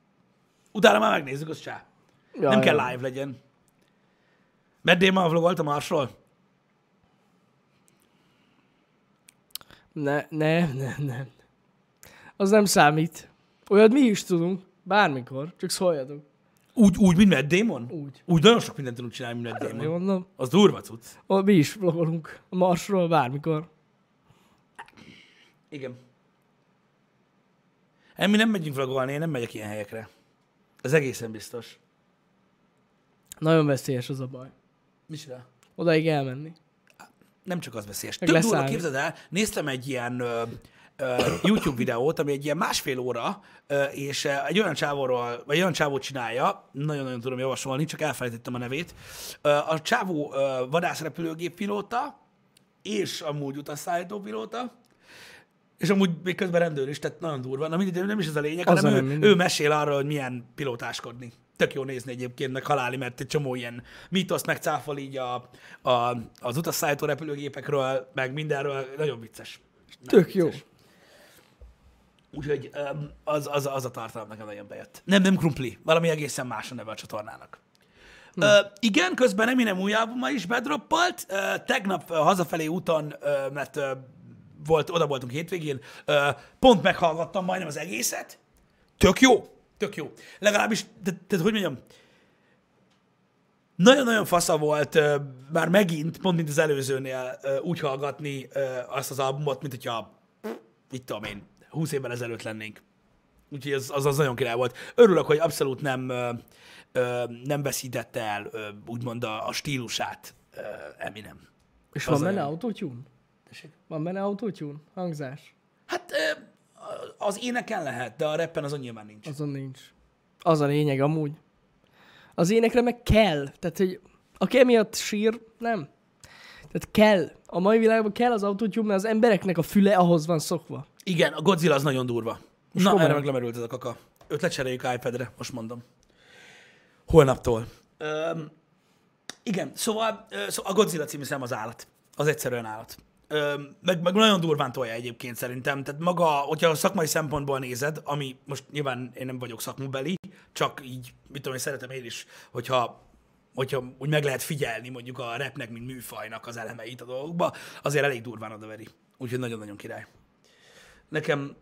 A: Utána már megnézzük, az csá.
B: Ja,
A: Nem
B: ja.
A: kell live legyen. Meddén már vlogoltam Marsról?
B: Ne, nem, nem, nem. Az nem számít. Olyat mi is tudunk. Bármikor. Csak szóljatok.
A: Úgy, úgy, mint Matt Damon?
B: Úgy.
A: Úgy nagyon sok mindent tudunk csinálni, mint Matt
B: Én
A: Damon.
B: mondom.
A: Az durva cucc.
B: Ó, Mi is vlogolunk. A Marsról bármikor.
A: Igen. Hát mi nem megyünk vlogolni, én nem megyek ilyen helyekre. Ez egészen biztos.
B: Nagyon veszélyes az a baj.
A: Mi csinál?
B: Odaig elmenni.
A: nem csak az veszélyes.
B: Meg
A: Több durva,
B: leszállni.
A: képzeld el, néztem egy ilyen ö, ö, YouTube videót, ami egy ilyen másfél óra, ö, és ö, egy olyan csávóról, vagy olyan csávót csinálja, nagyon-nagyon tudom javasolni, csak elfelejtettem a nevét. Ö, a csávó ö, vadászrepülőgép pilóta, és amúgy utasszállító pilóta, és amúgy még közben rendőr is, tehát nagyon durva. Na mindegy, nem is ez a lényeg,
B: Az
A: hanem
B: a
A: ő,
B: nem mindegy.
A: ő mesél arról, hogy milyen pilótáskodni. Tök jó nézni egyébként, meg haláli, mert egy csomó ilyen mítoszt megcáfol így a, a, az utasszállító repülőgépekről, meg mindenről. Nagyon vicces. Nagyon
B: Tök jó.
A: vicces. Úgyhogy öm, az, az, az a tartalom nekem nagyon bejött. Nem, nem krumpli. Valami egészen más a neve a csatornának. Ö, igen, közben Eminem új albuma is bedroppolt. Ö, tegnap ö, hazafelé úton, ö, mert ö, volt, oda voltunk hétvégén, ö, pont meghallgattam majdnem az egészet. Tök jó, tök jó. Legalábbis, tehát te, hogy mondjam, nagyon-nagyon fasza volt ö, már megint, pont mint az előzőnél ö, úgy hallgatni ö, azt az albumot, mint hogyha, mit tudom én, 20 évvel ezelőtt lennénk. Úgyhogy az, az, az nagyon király volt. Örülök, hogy abszolút nem, ö, ö, nem veszítette el, ö, úgymond a, a stílusát ö, Eminem.
B: És
A: Az
B: van
A: a-
B: benne autotune? Van benne autotune? Hangzás?
A: Hát ö, az éneken lehet, de a rappen azon nyilván nincs.
B: Azon nincs. Az a lényeg amúgy. Az énekre meg kell. Tehát, hogy aki emiatt sír, nem. Tehát kell. A mai világban kell az autotune, mert az embereknek a füle ahhoz van szokva.
A: Igen, a Godzilla az nagyon durva. Na,
B: komolyan.
A: erre meg lemerült ez a kaka. Őt lecseréljük iPad-re, most mondom. Holnaptól. Öm, igen, szóval, ö, szóval a Godzilla című szem az állat. Az egyszerűen állat. Öm, meg, meg nagyon durván tolja egyébként szerintem. Tehát maga, hogyha a szakmai szempontból nézed, ami most nyilván én nem vagyok szakmabeli, csak így, mit tudom én, szeretem én is, hogyha hogyha úgy meg lehet figyelni mondjuk a repnek, mint műfajnak az elemeit a dolgokba, azért elég durván odaveri. Úgyhogy nagyon-nagyon király nekem,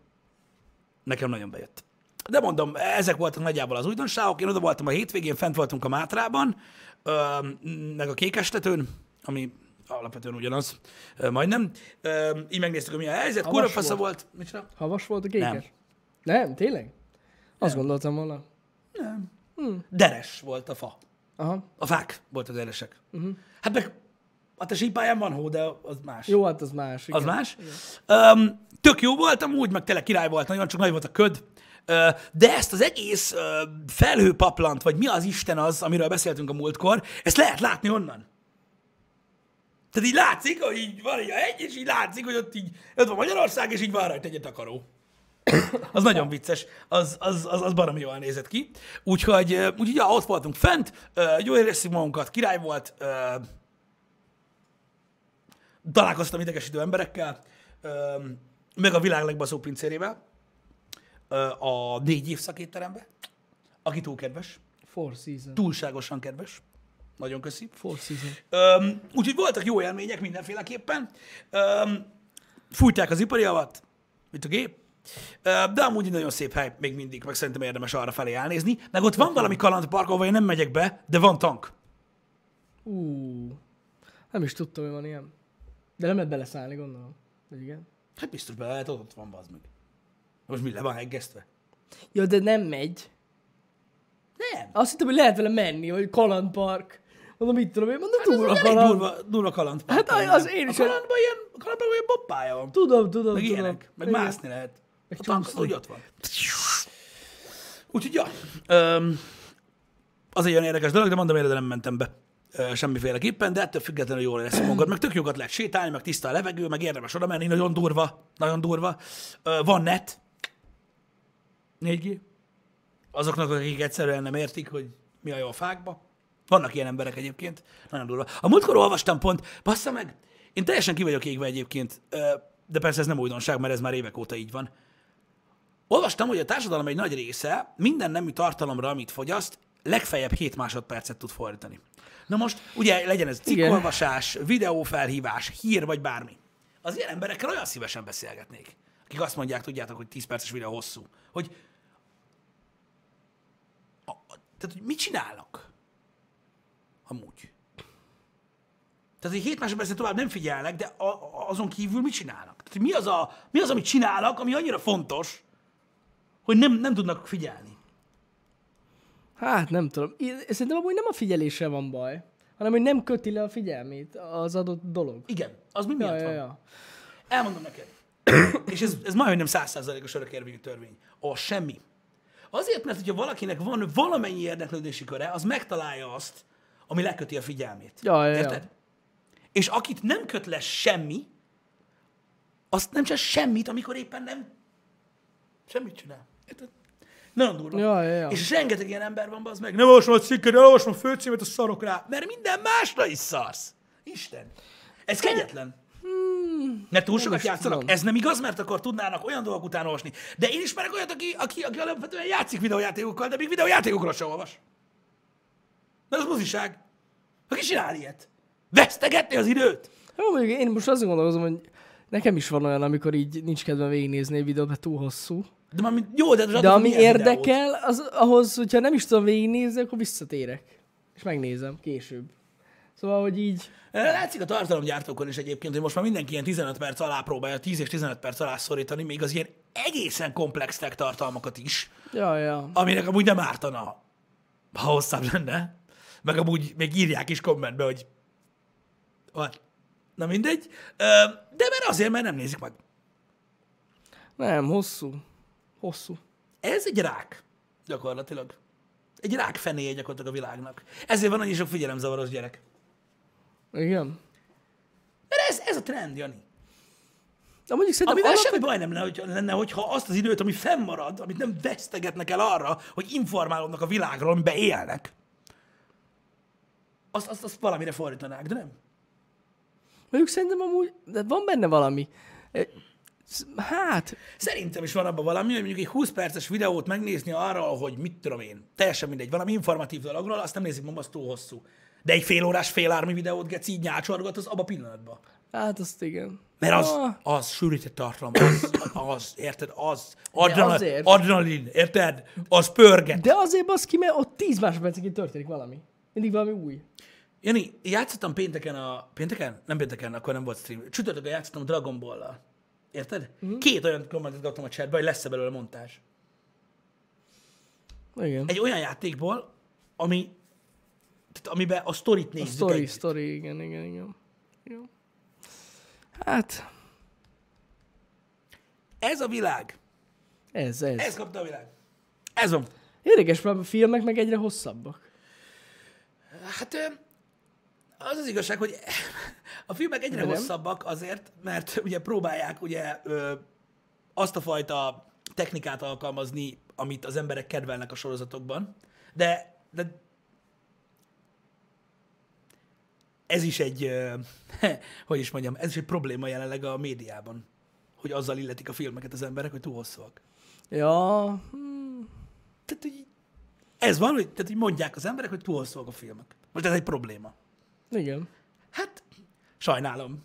A: nekem nagyon bejött. De mondom, ezek voltak nagyjából az újdonságok. Én oda voltam a hétvégén, fent voltunk a Mátrában, ö, meg a Kékestetőn, ami alapvetően ugyanaz, ö, majdnem. Ö, így megnéztük, hogy mi a helyzet. Kurva
B: Havas
A: fasza volt. Mit csinál?
B: Havas volt a kékes? Nem. Nem? Tényleg? Azt gondoltam volna.
A: Deres volt a fa.
B: Aha.
A: A fák voltak deresek. Uh-huh. Hát meg, hát a sípályán van hó, de az más.
B: Jó, hát az más.
A: Az
B: igen.
A: más. Um, tök jó voltam úgy, meg tényleg király volt, nagyon csak nagy volt a köd. Ö, De ezt az egész ö, felhőpaplant, vagy mi az Isten az, amiről beszéltünk a múltkor, ezt lehet látni onnan. Tehát így látszik, hogy így van egy hegy, és így látszik, hogy ott így, ott van Magyarország, és így van rajta egy takaró. Az nagyon vicces, az, az, az, az baromi jól nézett ki. Úgyhogy, ö, úgyhogy ja, ott voltunk fent, ö, jól érezzük magunkat, király volt, ö, találkoztam idegesítő emberekkel, öm, meg a világ legbaszóbb pincérével, ö, a négy évszak étterembe, aki túl kedves,
B: Four season.
A: túlságosan kedves, nagyon köszi.
B: Four season.
A: Öm, úgyhogy voltak jó élmények mindenféleképpen. Öm, fújták az ipari avat, mint a gép, Öm, de amúgy egy nagyon szép hely, még mindig, meg szerintem érdemes arra felé elnézni. Meg ott van valami kalandpark, ahova én nem megyek be, de van tank.
B: Ú. Nem is tudtam, hogy van ilyen. De nem lehet beleszállni, gondolom. Igen.
A: Hát biztos bele lehet, ott van, bazd meg. Most mi le van heggesztve?
B: Jó, de nem megy.
A: Nem.
B: Azt hittem, hogy lehet vele menni, vagy kalandpark. Mondom, mit tudom én, mondom,
A: Hát Ez
B: túl a
A: egy elég
B: kaland.
A: durva, durva kaland.
B: Hát az én is-
A: A kalandban ilyen, a kalandban olyan bobbája van.
B: Tudom, tudom,
A: Meg
B: tudom.
A: ilyenek. Meg
B: Igen.
A: mászni lehet. A
B: csúszni.
A: tankon úgy ott van. Úgyhogy, ja. Öm, az egy olyan érdekes dolog, de mondom, én nem mentem be Ö, semmiféleképpen, de ettől függetlenül jól lesz magad, meg tök jogat lehet sétálni, meg tiszta a levegő, meg érdemes oda menni, nagyon durva, nagyon durva. Ö, Van net, 4G, azoknak, akik egyszerűen nem értik, hogy mi a jó a fákba. Vannak ilyen emberek egyébként, nagyon durva. A múltkor olvastam pont, bassza meg, én teljesen ki vagyok égve egyébként, ö, de persze ez nem újdonság, mert ez már évek óta így van. Olvastam, hogy a társadalom egy nagy része minden nemű tartalomra, amit fogyaszt, legfeljebb 7 másodpercet tud fordítani. Na most, ugye legyen ez
B: Igen.
A: cikkolvasás, videófelhívás, hír vagy bármi. Az ilyen emberekkel olyan szívesen beszélgetnék, akik azt mondják, tudjátok, hogy 10 perces videó hosszú, hogy tehát, hogy mit csinálnak? Amúgy. Tehát, hogy hét másodpercen tovább nem figyelnek, de a, a, azon kívül mit csinálnak? Tehát, hogy mi az, a, mi az, amit csinálnak, ami annyira fontos, hogy nem, nem tudnak figyelni.
B: Hát nem tudom. Én- Szerintem amúgy nem a figyeléssel van baj, hanem hogy nem köti le a figyelmét az adott dolog.
A: Igen, az mi
B: Ja,
A: miatt
B: ja,
A: van?
B: ja.
A: Elmondom neked. És ez, ez majdnem nem százszázalékos örökérvényű törvény. A semmi. Azért, mert hogyha valakinek van valamennyi érdeklődési köre, az megtalálja azt, ami leköti a figyelmét.
B: Ja, ja, ja.
A: Érted? És akit nem köt le semmi, azt nem csinál semmit, amikor éppen nem semmit csinál. Érted? Nagyon durva.
B: Ja, ja, ja.
A: És rengeteg ilyen ember van, az meg. Nem olvasom a cikket, elolvasom a főcímet, a szarok rá. Mert minden másra is szarsz. Isten. Ez kegyetlen. Mert túl sokat
B: is
A: játszanak.
B: tudom.
A: Ez nem igaz, mert akkor tudnának olyan dolgok után olvasni. De én ismerek olyat, aki, aki, aki alapvetően játszik videójátékokkal, de még videójátékokról se olvas. Mert az moziság. Aki csinál ilyet? Vesztegetni az időt?
B: Jó, Hát, mondjuk én most azon gondolkozom, hogy nekem is van olyan, amikor így nincs kedvem végignézni egy videót, mert túl hosszú.
A: De már mint, jó, de, most
B: De
A: attól,
B: ami
A: hogy milyen videót.
B: érdekel, az ahhoz, hogyha nem is tudom végignézni, akkor visszatérek. És megnézem később. Szóval, hogy így...
A: Eh, Látszik a tartalomgyártókon is egyébként, hogy most már mindenki ilyen 15 perc alá próbálja, 10 és 15 perc alá szorítani, még az ilyen egészen komplex tech tartalmakat is,
B: Ja, ja.
A: aminek amúgy nem ártana, ha hosszabb lenne. Meg amúgy még írják is kommentbe, hogy hát, na mindegy. Ö, De mert azért, mert nem nézik meg.
B: Nem, hosszú. Hosszú.
A: Ez egy rák, gyakorlatilag. Egy rák fenéje gyakorlatilag a világnak. Ezért van annyi sok figyelemzavaros gyerek.
B: Igen.
A: Mert ez, ez a trend, Jani.
B: De mondjuk szerintem
A: Amivel
B: alap...
A: semmi baj nem lenne, hogy- lenne, hogyha azt az időt, ami fennmarad, amit nem vesztegetnek el arra, hogy informálódnak a világról, amiben élnek, azt, azt, azt valamire fordítanák, de nem.
B: mondjuk szerintem amúgy... De van benne valami. Ö, sz- Hát,
A: Szerintem is van abban valami, hogy mondjuk egy 20 perces videót megnézni arról, hogy mit tudom én, teljesen mindegy, valami informatív dologról, azt nem nézik meg, az túl hosszú. De egy fél órás, fél ármi videót geci így nyácsorgat, az abba a pillanatban.
B: hát azt igen.
A: Mert az,
B: Ah.
A: az sűrített tartalom, az, az, érted, az, adrenal,
B: azért.
A: adrenalin, érted, az pörget.
B: De azért az ki, mert ott 10 másodpercenként történik valami. Mindig valami új.
A: Jani, játszottam pénteken a... Pénteken? Nem pénteken, akkor nem volt stream. Csütörtökön játszottam Dragon Ball-lal. Érted?
B: Mhm.
A: Mm-hmm. Két olyan kommentet kaptam a chatbe, hogy lesz-e belőle montás.
B: Igen.
A: Egy olyan játékból, ami, tehát amiben a sztorit nézzük
B: Story,
A: együtt.
B: story, igen, igen, igen. Jó. Hát,
A: Ez a világ.
B: ez, ez.
A: Ez kapta a világ. Ez van.
B: Érdekes, mert a filmek meg egyre hosszabbak.
A: Hát ö, az az igazság, hogy a filmek egyre
B: Nem.
A: hosszabbak azért, mert ugye próbálják ugye ö, azt a fajta technikát alkalmazni, amit az emberek kedvelnek a sorozatokban, de, de ez is egy, ö, <laughs> hogy is mondjam, ez is egy probléma jelenleg a médiában, hogy azzal illetik a filmeket az emberek, hogy túl hosszúak.
B: Ja, hmm,
A: Tehát, hogy így- ez van, hogy, tehát, hogy mondják az emberek, hogy túl hosszúak a filmek. Most ez egy probléma.
B: igen.
A: Hát, sajnálom,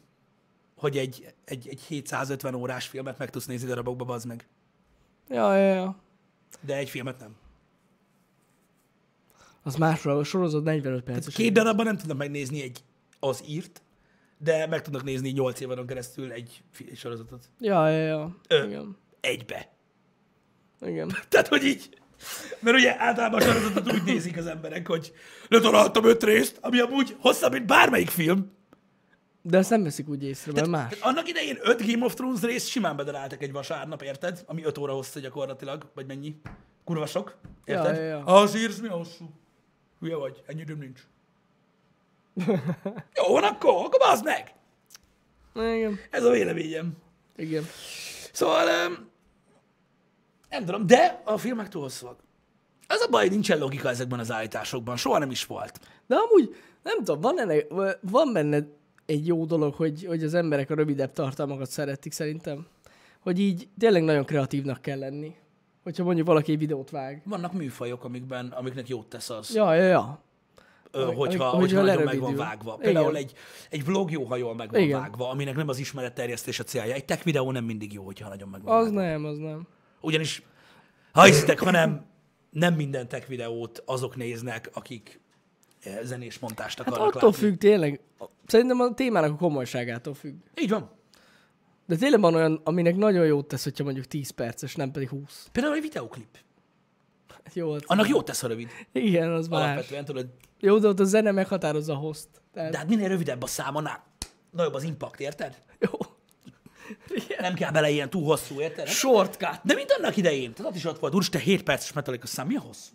A: hogy egy, egy, egy 750 órás filmet meg tudsz nézni darabokba, bazd meg.
B: Ja, ja, ja.
A: De egy filmet nem.
B: Az másról, a sorozat 45 perces.
A: Két darabban nem tudom megnézni egy az írt, de meg tudnak nézni 8 évadon keresztül egy fi- sorozatot.
B: Ja, ja, ja.
A: Ö.
B: Igen.
A: Egybe.
B: Igen.
A: Tehát, hogy így. Mert ugye általában a sorozatot úgy nézik az emberek, hogy letaráltam öt részt, ami amúgy hosszabb, mint bármelyik film.
B: De azt nem veszik úgy észre, mert más.
A: Tehát Hát annak idején öt Game of Thrones részt simán bedaráltak egy vasárnap, érted? Ami öt óra hosszú gyakorlatilag, vagy mennyi. Kurva sok, érted?
B: Ja, ja, ja.
A: Az írsz, mi a hosszú? Hülye vagy, ennyi időm
B: <laughs>
A: nincs. Jó, van akkor, akkor bazd meg!
B: Igen.
A: Ez a véleményem.
B: Igen.
A: Szóval, öm, nem tudom, de a filmek túl hosszúak. Az a baj, hogy nincsen logika ezekben az állításokban, soha nem is volt.
B: De amúgy, nem tudom, van, ennek, van benne egy jó dolog, hogy, hogy az emberek a rövidebb tartalmakat szeretik szerintem. Hogy így tényleg nagyon kreatívnak kell lenni. Hogyha mondjuk valaki egy videót vág.
A: Vannak műfajok, amikben, amiknek jót tesz az,
B: Ja, ja, ja.
A: ö,
B: amik-
A: hogyha, hogyha
B: amik- hogyha
A: nagyon meg
B: lerövidül.
A: van vágva.
B: Igen.
A: Például egy, egy vlog jó, ha jól meg van
B: Igen.
A: vágva, aminek nem az ismeretterjesztés a célja. Egy tech videó nem mindig jó, hogyha nagyon meg van
B: Az
A: vágva.
B: nem, az nem.
A: Ugyanis, ha hiszitek, hanem nem minden tech videót azok néznek, akik eh, zenés montást
B: Hát
A: akarnak
B: attól
A: látni.
B: függ tényleg. Szerintem a témának a komolyságától függ.
A: Így van.
B: De tényleg van olyan, aminek nagyon jót tesz, hogyha mondjuk 10 perces, nem pedig 20.
A: Például egy videoklip.
B: Jó,
A: Annak jót tesz a rövid.
B: igen, az más.
A: Alapvetően tudod,
B: Jó, de ott a zene meghatározza a host. Tehát,
A: De hát minél rövidebb a szám, annál nagyobb az impact, érted?
B: jó.
A: Nem kell bele ilyen túl hosszú, érted?
B: Shortcut.
A: De mint annak idején, tehát ott is ott volt, úristen, 7 perces Metallica szám, mi a hosszú?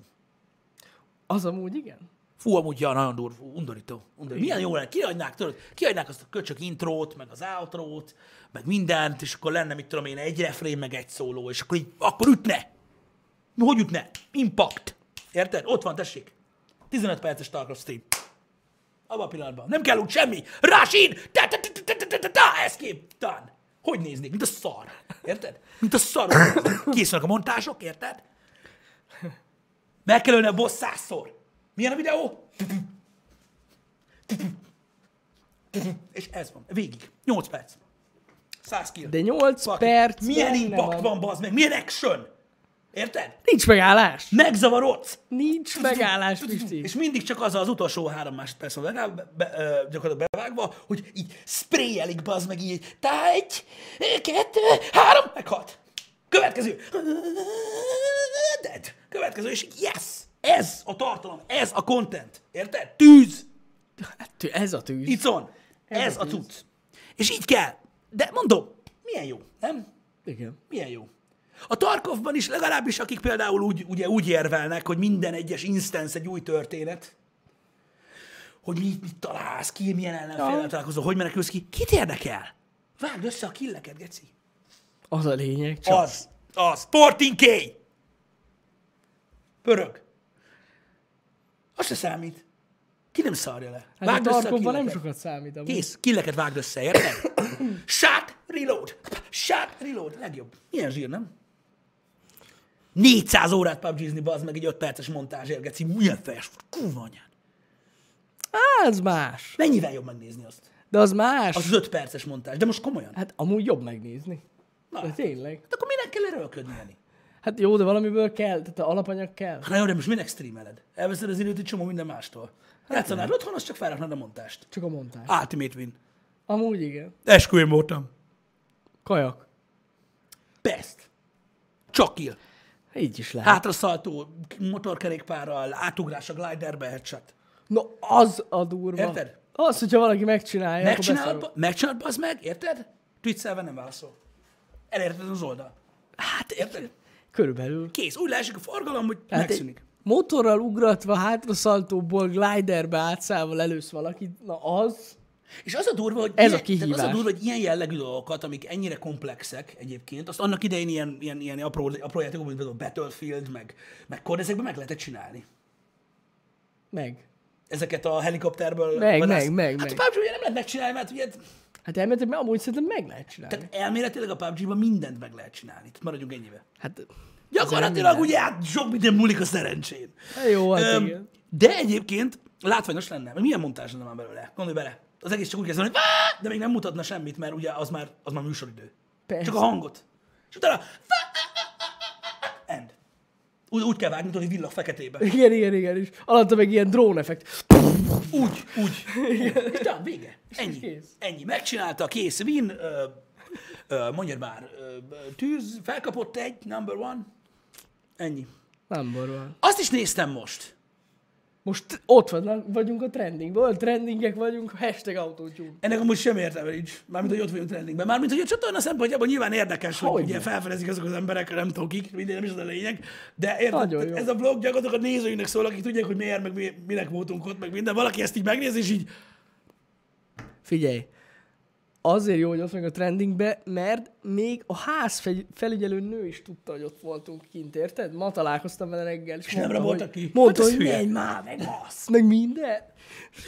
B: Az amúgy igen.
A: Fú, amúgy ja, nagyon durva, undorító. undorító. Milyen jó lenne, kiadnák, tudod, kiadnák azt a köcsök intrót, meg az outrót, meg mindent, és akkor lenne, mit tudom én, egy refrén, meg egy szóló, és akkor így, akkor ütne. Mi Hogy ütne? Impact. Érted? Ott van, tessék. 15 perces Starcraft stream. Abban a pillanatban. Nem kell úgy semmi. Rásin! Ta ta ta ta ta ta ta ta Ez kép. Done. Hogy néznék? Mint a szar. Érted? Mint a szar. Készülnek a montások, érted? Meg kell ölni a boss százszor. Milyen a videó? És ez van. Végig. 8 perc. 100 kill.
B: De 8
A: Fuck.
B: perc.
A: Milyen
B: benne
A: impact van, bazd meg? Milyen action? Érted?
B: Nincs megállás.
A: Megzavarodsz.
B: Nincs megállás, Pisti.
A: És mindig csak az az utolsó három másodperc van legalább be, be, ö, gyakorlatilag bevágva, hogy így sprayelik bazd meg így, tá egy, kettő, három, meghalt. Következő. Dead. Következő, és yes! Ez a tartalom, ez a content. Érted? Tűz!
B: Hát, tű- Ez a tűz.
A: It's on. Ez, ez a cucc. És így kell. De mondom, milyen jó, nem?
B: Igen.
A: Milyen jó. A Tarkovban is legalábbis, akik például úgy, ugye úgy érvelnek, hogy minden egyes instance egy új történet, hogy mit, mit találsz, ki milyen ellenfélel
B: Ja.
A: találkozol, hogy menekülsz ki, kit érdekel? Vágd össze a killeket, geci.
B: Az a lényeg. Csak.
A: Az, az. 14K! Pörög. Az se számít. Ki nem szarja le.
B: Hát a
A: Vágd össze
B: tarkomban nem
A: killeket.
B: sokat számít. Amúgy.
A: Kész, killeket vágd össze, érted? Shot, reload, shot, reload, legjobb. Milyen zsír, nem? 400 órát pubg bazd meg egy 5 perces montázs érgeci, milyen fejes, kurva anyád.
B: Á, az más.
A: Mennyivel jobb megnézni azt?
B: De az más.
A: Az az 5 perces montázs, de most komolyan.
B: Hát amúgy jobb megnézni.
A: Na,
B: De
A: de
B: tényleg.
A: akkor minek kell erőlködni, Jani?
B: Hát jó, de valamiből kell, tehát a alapanyag kell.
A: Na jó, de most minek streameled? Elveszed az időt egy csomó minden mástól. Játszanál otthon, az csak felraknád a montást.
B: Csak a
A: Ah.
B: montás.
A: Hát Ultimate win.
B: Amúgy igen.
A: Esküvőm voltam.
B: Kajak.
A: Best. Csak kill.
B: Így is lehet. Hát,
A: Hátraszaltó motorkerékpárral, átugrás a gliderbe, headshot.
B: na az a durva.
A: Érted?
B: Az, hogyha valaki megcsinálja,
A: Megcsinálod,
B: akkor
A: ba- megcsinálod az meg, érted? Twitterben nem válaszol. Elérted az oldal. Hát, érted?
B: beszarok. Körülbelül.
A: Kész. Úgy leesik a forgalom, hogy hát
B: Tehát
A: megszűnik.
B: egy motorral ugratva, hátraszaltóból, gliderbe átszával elősz valakit, na az...
A: És az a durva, hogy
B: Ez a
A: tehát az a
B: kihívás.
A: durva, hogy ilyen jellegű dolgokat, amik ennyire komplexek egyébként, azt annak idején ilyen, ilyen, ilyen apró, apró játékok, mint például Battlefield, meg, meg COD, ezekben meg lehetett csinálni.
B: Meg.
A: Ezeket a helikopterből.
B: Meg,
A: vadászt-
B: meg, meg,
A: Hát
B: meg.
A: a PUBG ugye nem lehet megcsinálni, mert ugye
B: Hát elméletileg, mert amúgy szerintem meg lehet csinálni.
A: tehát elméletileg a PUBG-ban mindent meg lehet csinálni. Tehát maradjunk ennyibe.
B: Hát...
A: Gyakorlatilag ugye hát sok minden múlik a szerencsén.
B: Hát jó, hát
A: Öm,
B: igen.
A: De egyébként látványos lenne, mert milyen montázs lenne már belőle? Gondolj bele. Az egész csak úgy kezdődik, hogy "Vá!" de még nem mutatna semmit, mert ugye az már, az már műsoridő.
B: Persze.
A: Csak a hangot. És utána "Vá!" end. Úgy, úgy kell vágni, mint hogy villag feketébe.
B: Igen, igen, igen, és alatta meg ilyen drón effekt.
A: Úgy, úgy. És de vége. Ennyi.
B: kész.
A: Ennyi. Megcsinálta, kész, win. Ö, ö, mondjad már, ö, tűz, felkapott egy, number one. Ennyi.
B: Nem borul.
A: Azt is néztem most.
B: Most ott vannak, vagyunk a trendingben, trendingek vagyunk, hashtag autótyúk.
A: Ennek amúgy sem értelme nincs. Mármint, hogy ott vagyunk trendingben. Mármint, hogy a csatorna szempontjából nyilván érdekes, hogy,
B: Hogyne.
A: ugye felfedezik azok az emberek, nem tudom kik, mindegy, nem is az a lényeg. De érted,
B: Nagyon jó.
A: tehát ez a blog gyakorlatilag a nézőinknek szól, akik tudják, hogy miért, meg mi, minek voltunk ott, meg minden. Valaki ezt így megnéz, és így,
B: Figyelj, azért jó, hogy ott vagyunk a trendingbe, mert még a ház fegy- felügyelő nő is tudta, hogy ott voltunk kint, érted? Ma találkoztam vele reggel, és,
A: és nem raboltak
B: hogy,
A: ki.
B: Mondta,
A: Hát ez
B: hogy
A: hülye.
B: menj már, meg azt, meg minden.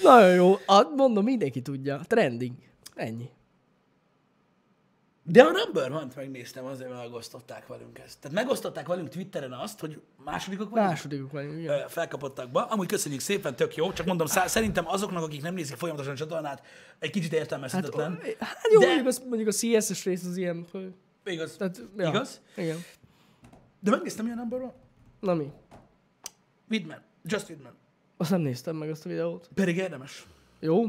B: Nagyon jó, hát mondom, mindenki tudja. Trending. Ennyi.
A: De a Number Hunt megnéztem, azért megosztották velünk ezt. Tehát megosztották velünk Twitteren azt, hogy másodikok vagyunk.
B: Másodikuk vagyunk, igen.
A: Ö, felkapottakba. Amúgy köszönjük szépen, tök jó. Csak mondom, szá- szerintem azoknak, akik nem nézik folyamatosan a csatornát, egy kicsit értelmezhetetlen.
B: Hát, hát jó,
A: De-
B: de... mondjuk, az, mondjuk a CSS rész az ilyen, hogy-
A: Igaz.
B: tehát, ja.
A: Igaz?
B: Igen.
A: De megnéztem ilyen Number One.
B: Na mi?
A: Widman. Just Widman.
B: Azt nem néztem meg azt a videót.
A: Pedig érdemes.
B: Jó?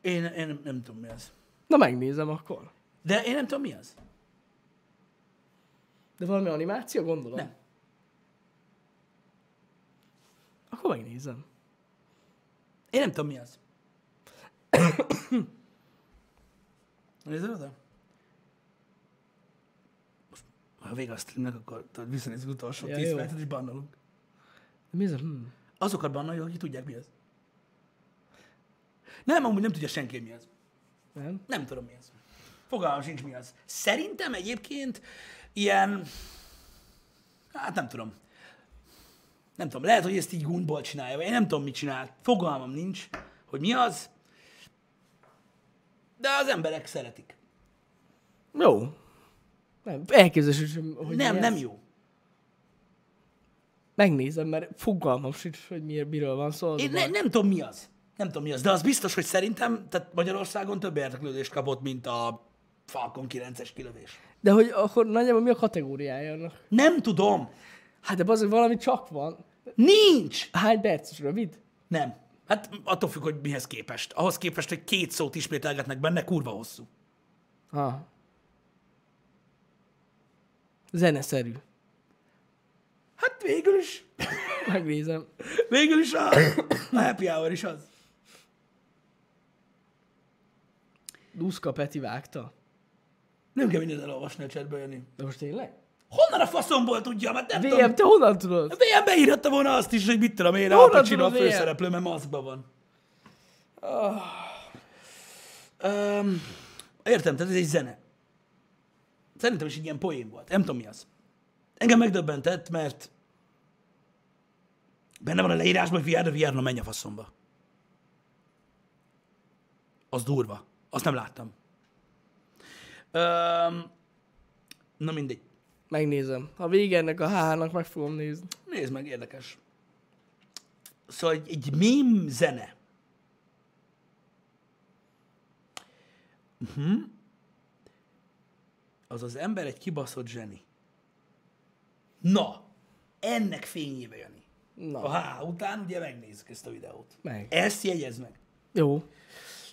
A: Én, én nem, nem tudom mi az.
B: Na megnézem akkor.
A: De én nem tudom mi az.
B: De valami animáció, gondolom?
A: Nem.
B: Akkor megnézem.
A: Én nem tudom mi az. Nézd oda? Most, ha vége a streamnek, akkor tudod, visszanézzük az utolsó
B: Ja,
A: 10
B: jó.
A: percet, és bannolunk.
B: De mi ez a... Hmm.
A: Azokat bannoljuk, akik tudják mi az. Nem, amúgy nem tudja senki, mi az.
B: Nem?
A: Nem tudom, mi az. Fogalmam sincs, mi az. Szerintem egyébként ilyen... Hát nem tudom. Nem tudom, lehet, hogy ezt így gundból csinálja, vagy én nem tudom, mit csinál. Fogalmam nincs, hogy mi az. De az emberek szeretik.
B: Jó. Nem, elképzelés, hogy hogy
A: nem,
B: mi
A: nem
B: ez.
A: jó.
B: Megnézem, mert fogalmam sincs, hogy miért, miről van szó. az
A: Én
B: a
A: ne,
B: baj.
A: nem tudom, mi az. Nem tudom, mi az. De az biztos, hogy szerintem tehát Magyarországon több érdeklődést kapott, mint a Falcon 9-es kilövés.
B: De hogy akkor nagyjából mi a kategóriája annak?
A: Nem tudom.
B: Hát de bazeg, valami csak van.
A: Nincs!
B: Hány perces rövid?
A: Nem. Hát attól függ, hogy mihez képest. Ahhoz képest, hogy két szót ismételgetnek benne, kurva hosszú.
B: Ha. Zeneszerű.
A: Hát végül is,
B: Megnézem.
A: végül is a, a happy hour is az.
B: Duszka Peti vágta.
A: Nem kell mindent elolvasni a chatből, Jani.
B: De most tényleg?
A: Honnan a faszomból tudja? Mert nem tudom.
B: VM, te honnan tudod?
A: VM Hát beírhatta volna azt is, hogy mit tudom én, Al
B: Honnan
A: Pacino a
B: tudod, VM?
A: főszereplő, mert maszkban van. Ah. Um, értem, tehát ez egy zene. Szerintem is egy ilyen poén volt. Nem tudom mi az. Engem megdöbbentett, mert benne van a leírásban, hogy VR, VR, na menj a faszomba. Az durva. Azt nem láttam. Um, na mindegy.
B: Megnézem. A vége ennek a hának meg fogom nézni.
A: Nézd meg, érdekes. Szóval egy, egy mém zene. Uh-huh. Mhm. Az az ember egy kibaszott zseni. Na, ennek fényébe Jani.
B: Na.
A: A H után ugye megnézzük ezt a videót.
B: Meg.
A: Ezt jegyez meg.
B: Jó.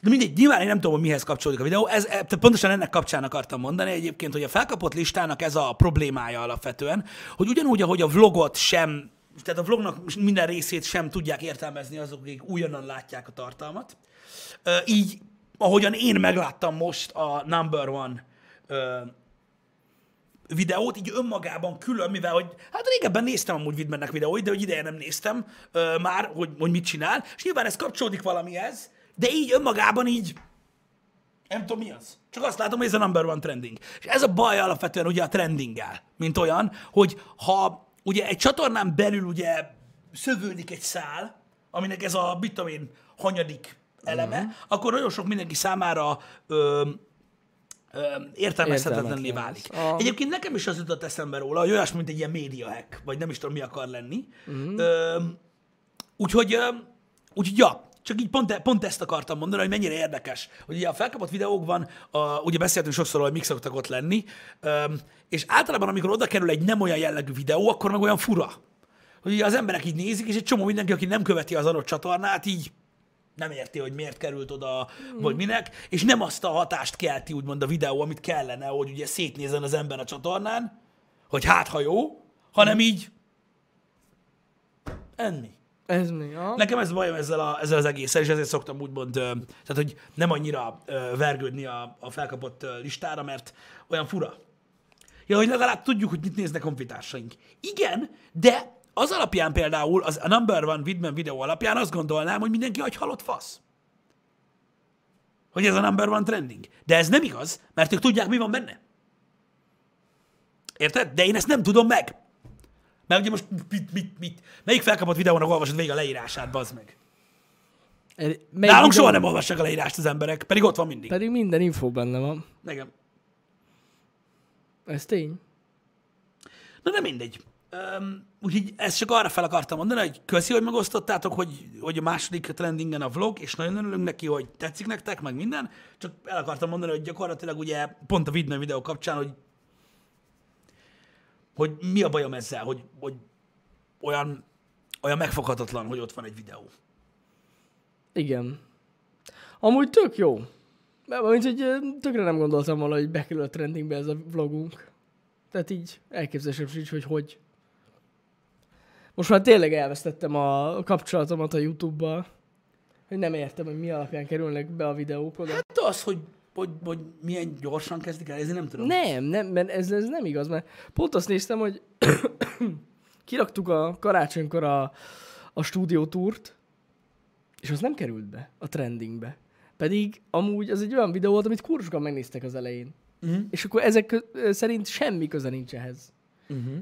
A: De mindegy, nyilván én nem tudom, hogy mihez kapcsolódik a videó. Ez, e, tehát pontosan ennek kapcsán akartam mondani egyébként, hogy a felkapott listának ez a problémája alapvetően, hogy ugyanúgy, ahogy a vlogot sem, tehát a vlognak minden részét sem tudják értelmezni azok, akik újonnan látják a tartalmat. Ö, Így, ahogyan én megláttam most a number one ö, videót, így önmagában külön, mivel hogy hát régebben néztem amúgy Widmannek videóit, de hogy ideje nem néztem ö, már, hogy, hogy mit csinál, és nyilván ez kapcsolódik valamihez, de így önmagában így nem tudom mi az. Csak azt látom, hogy ez a number one trending. És ez a baj alapvetően ugye a trendinggel, mint olyan, hogy ha ugye egy csatornán belül ugye szövődik egy szál, aminek ez a, mit tudom én, hanyadik eleme,
B: Mhm.
A: akkor nagyon sok mindenki számára ö, ö, értelmezhetetlenné
B: Értelmetlen.
A: válik.
B: A-
A: Egyébként nekem is az jutott eszembe róla, hogy olyasmi, mint egy ilyen média
B: Mhm.
A: hack, vagy nem is tudom, mi akar lenni. Ö, úgyhogy, ö, úgyhogy ja, Csak így pont, e, pont ezt akartam mondani, hogy mennyire érdekes. Hogy ugye a felkapott videókban, a, ugye beszéltünk sokszor, hogy mik szoktak ott lenni, öm, és általában, amikor oda kerül egy nem olyan jellegű videó, akkor meg olyan fura. Hogy ugye az emberek így nézik, és egy csomó mindenki, aki nem követi az adott csatornát, így nem érti, hogy miért került oda, vagy minek, és nem azt a hatást kelti, úgymond a videó, amit kellene, hogy ugye szétnézzen az ember a csatornán, hogy hát ha jó, hanem így enni.
B: Ez még, aha.
A: Nekem ez bajom ezzel, a, ezzel az egészen, és ezért szoktam úgymond, ö, tehát hogy nem annyira ö, vergődni a, a felkapott ö, listára, mert olyan fura. Ja, hogy legalább tudjuk, hogy mit néznek honfitársaink. Igen, de az alapján például, az a Number One Widman videó alapján azt gondolnám, hogy mindenki agyhalott fasz. Hogy ez a Number One trending. De ez nem igaz, mert ők tudják, mi van benne. Érted? De én ezt nem tudom meg. Mert ugye most mit, mit, mit, melyik felkapott videónak olvasod végig a leírását, bazd meg.
B: Melyik
A: Nálunk
B: videó?
A: soha nem olvassák a leírást az emberek, pedig ott van mindig.
B: Pedig minden info benne van.
A: Nekem.
B: Ez tény.
A: Na de mindegy. Um, úgyhogy ezt csak arra fel akartam mondani, hogy köszi, hogy megosztottátok, hogy, hogy a második trendingen a vlog, és nagyon örülünk neki, hogy tetszik nektek, meg minden. Csak el akartam mondani, hogy gyakorlatilag ugye pont a Vidna videó kapcsán, hogy hogy mi a bajom ezzel, hogy, hogy olyan, olyan megfoghatatlan, hogy ott van egy videó.
B: Igen. Amúgy tök jó. Mert Mint, hogy ö, tökre nem gondoltam volna, hogy bekerül a trendingbe ez a vlogunk. Tehát így elképzelésem sincs, hogy hogy. Most már tényleg elvesztettem a kapcsolatomat a YouTube-bal. Hogy nem értem, hogy mi alapján kerülnek be a videók oda.
A: Hát az, hogy, hogy, hogy milyen gyorsan kezdik el, ez én nem tudom.
B: Nem, nem, mert ez, ez nem igaz, mert pont azt néztem, hogy <coughs> kiraktuk a karácsonykor a, a stúdiótúrt, és az nem került be a trendingbe. Pedig amúgy az egy olyan videó volt, amit kursokan megnéztek az elején.
A: Mhm.
B: És akkor ezek kö- szerint semmi köze nincs ehhez.
A: Mhm.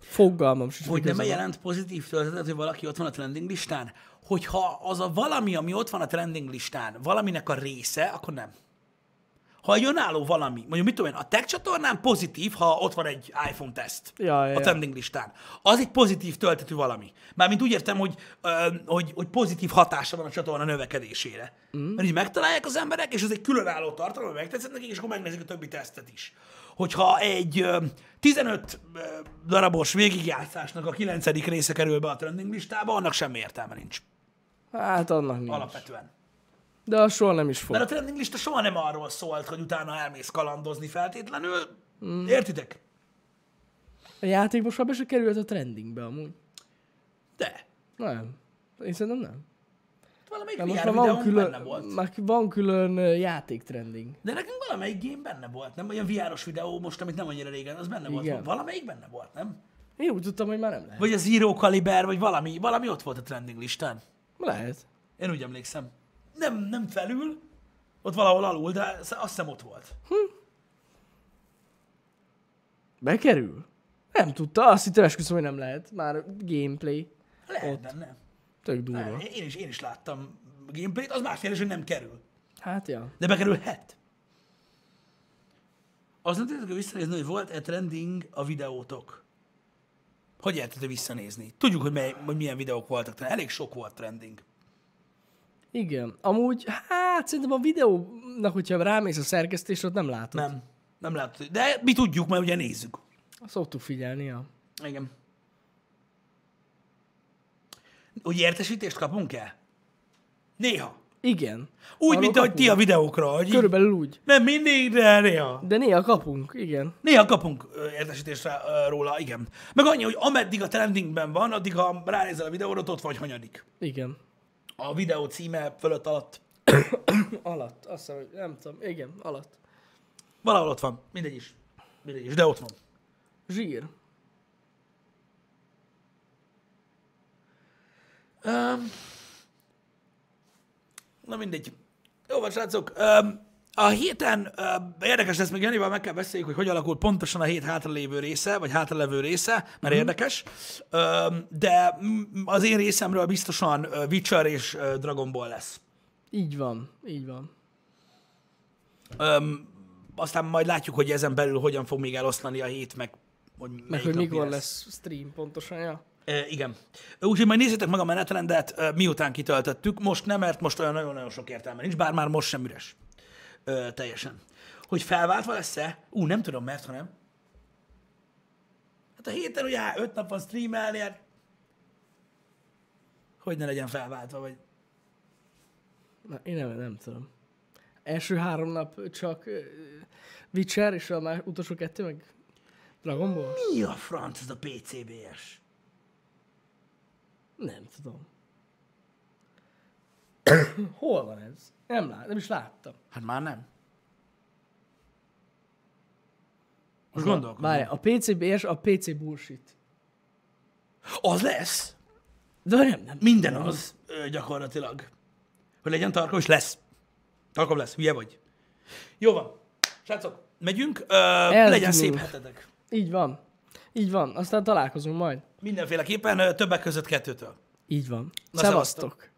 B: Fogalmam sincs.
A: Hogy
B: mi
A: nem
B: köze van.
A: jelent pozitív töltetet, hogy valaki ott van a trending listán? Hogyha az a valami, ami ott van a trending listán, valaminek a része, akkor nem. Ha egy önálló valami, mondjuk mit tudom én, a tech csatornán pozitív, ha ott van egy iPhone teszt
B: Ja, ja,
A: a
B: ja.
A: trending listán. Az egy pozitív töltetű valami. Mármint úgy értem, hogy, ö, hogy, hogy pozitív hatása van a csatorna növekedésére. Mm. Mert így megtalálják az emberek, és ez egy különálló tartalom, ami megtetszett nekik, és akkor megnézik a többi tesztet is. Hogyha egy ö, 15 ö, darabos végigjátszásnak a 9. része kerül be a trending listába, annak semmi értelme nincs.
B: Hát annak nincs.
A: Alapvetően.
B: De az soha nem is fog.
A: Mert a trending lista soha nem arról szólt, hogy utána elmész kalandozni feltétlenül.
B: Hmm.
A: Mm. Értitek?
B: A játék most már be se került a trendingbe amúgy.
A: De.
B: Nem. Én szerintem nem.
A: Hát Valamelyik
B: Mert most
A: VR
B: már van
A: videón benne
B: külön,
A: volt.
B: már van külön ö, játéktrending.
A: De nekünk valamelyik game benne volt, nem? Olyan viáros videó most, amit nem annyira régen, az benne
B: Igen.
A: volt. Valamelyik benne volt, nem?
B: Én úgy tudtam, hogy már nem lehet.
A: Vagy a Zero Caliber, vagy valami, valami ott volt a trending listán.
B: Lehet.
A: Én úgy emlékszem. Nem, nem felül, ott valahol alul, de sz- azt hiszem ott volt.
B: Bekerül? Nem tudta, azt hittem esküszöm, hogy nem lehet. Már gameplay.
A: Lehet benne.
B: Tök durva.
A: Én én is, én is láttam gameplayt, az más kérdés, hogy nem kerül.
B: Hát ja.
A: De bekerülhet. Azt nem tudjátok visszanézni, hogy volt-e trending a videótok? Hogy lehetett visszanézni? Tudjuk, hogy, mely, hogy milyen videók voltak, de elég sok volt trending.
B: Igen. Amúgy, hát szerintem a videónak, hogyha rámész a szerkesztésre, ott nem látod.
A: Nem, nem látod. De mi tudjuk, mert ugye nézzük.
B: Szoktuk figyelni, ja.
A: Igen. Hogy értesítést kapunk-e? Néha.
B: Igen.
A: Úgy,
B: Arról
A: mint ahogy ti
B: kapunk.
A: a videókra. Hogy így,
B: Körülbelül úgy.
A: nem mindig, de néha.
B: De néha kapunk, igen.
A: Néha kapunk ö, értesítést rá- ö, róla, igen. Meg annyi, hogy ameddig a trendingben van, addig ha ránézel a videóra, ott vagy hanyadik.
B: Igen.
A: A videó címe fölött alatt.
B: Alatt, azt hiszem, hogy nem tudom. Igen, alatt.
A: Valahol ott van. Mindegy is. Mindegy is, de ott van.
B: Zsír.
A: Um, na mindegy. Jó van, srácok. Um, a héten uh, érdekes lesz, még Janival meg kell beszéljük, hogy hogy alakult pontosan a hét hátralévő része, vagy hátralévő része, mert mm. érdekes. Um, de mm, az én részemről biztosan uh, Witcher és uh, Dragon Ball lesz.
B: Így van, így van.
A: Um, aztán majd látjuk, hogy ezen belül hogyan fog még eloszlani a hét, meg hogy,
B: Meg
A: melyik
B: hogy
A: nap mi
B: mikor lesz. lesz stream pontosan, ja.
A: E, igen. Úgyhogy majd nézzétek meg a menetrendet, e, miután kitöltöttük. Most nem, mert most olyan nagyon-nagyon sok értelme nincs, bár már most sem üres. E, teljesen. Hogy felváltva lesz-e? Ú, nem tudom, mert ha nem. Hát a héten ugye á, öt nap van streamelni, hát hogy ne legyen felváltva, vagy...
B: Na, én nem, nem tudom. Első három nap csak ö, Witcher, és a már utolsó kettő meg Dragon Ball?
A: Mi a franc ez a PCBS?
B: Nem tudom. <coughs> Hol van ez? Nem, lát, nem is láttam.
A: Hát már nem. Most
B: Na,
A: gondolkodom.
B: Várj, a PCBS a PC bullshit.
A: Az lesz.
B: De nem, nem.
A: Minden az ö, gyakorlatilag. Hogy legyen tarkom, és lesz. Tarkom lesz, hülye vagy. Jó van. Srácok, megyünk. Ö, legyen szép hetetek.
B: Így van. Így van. Aztán találkozunk majd.
A: Mindenféleképpen ö, többek között kettőtől.
B: Így van.
A: Na,
B: Szevasztok.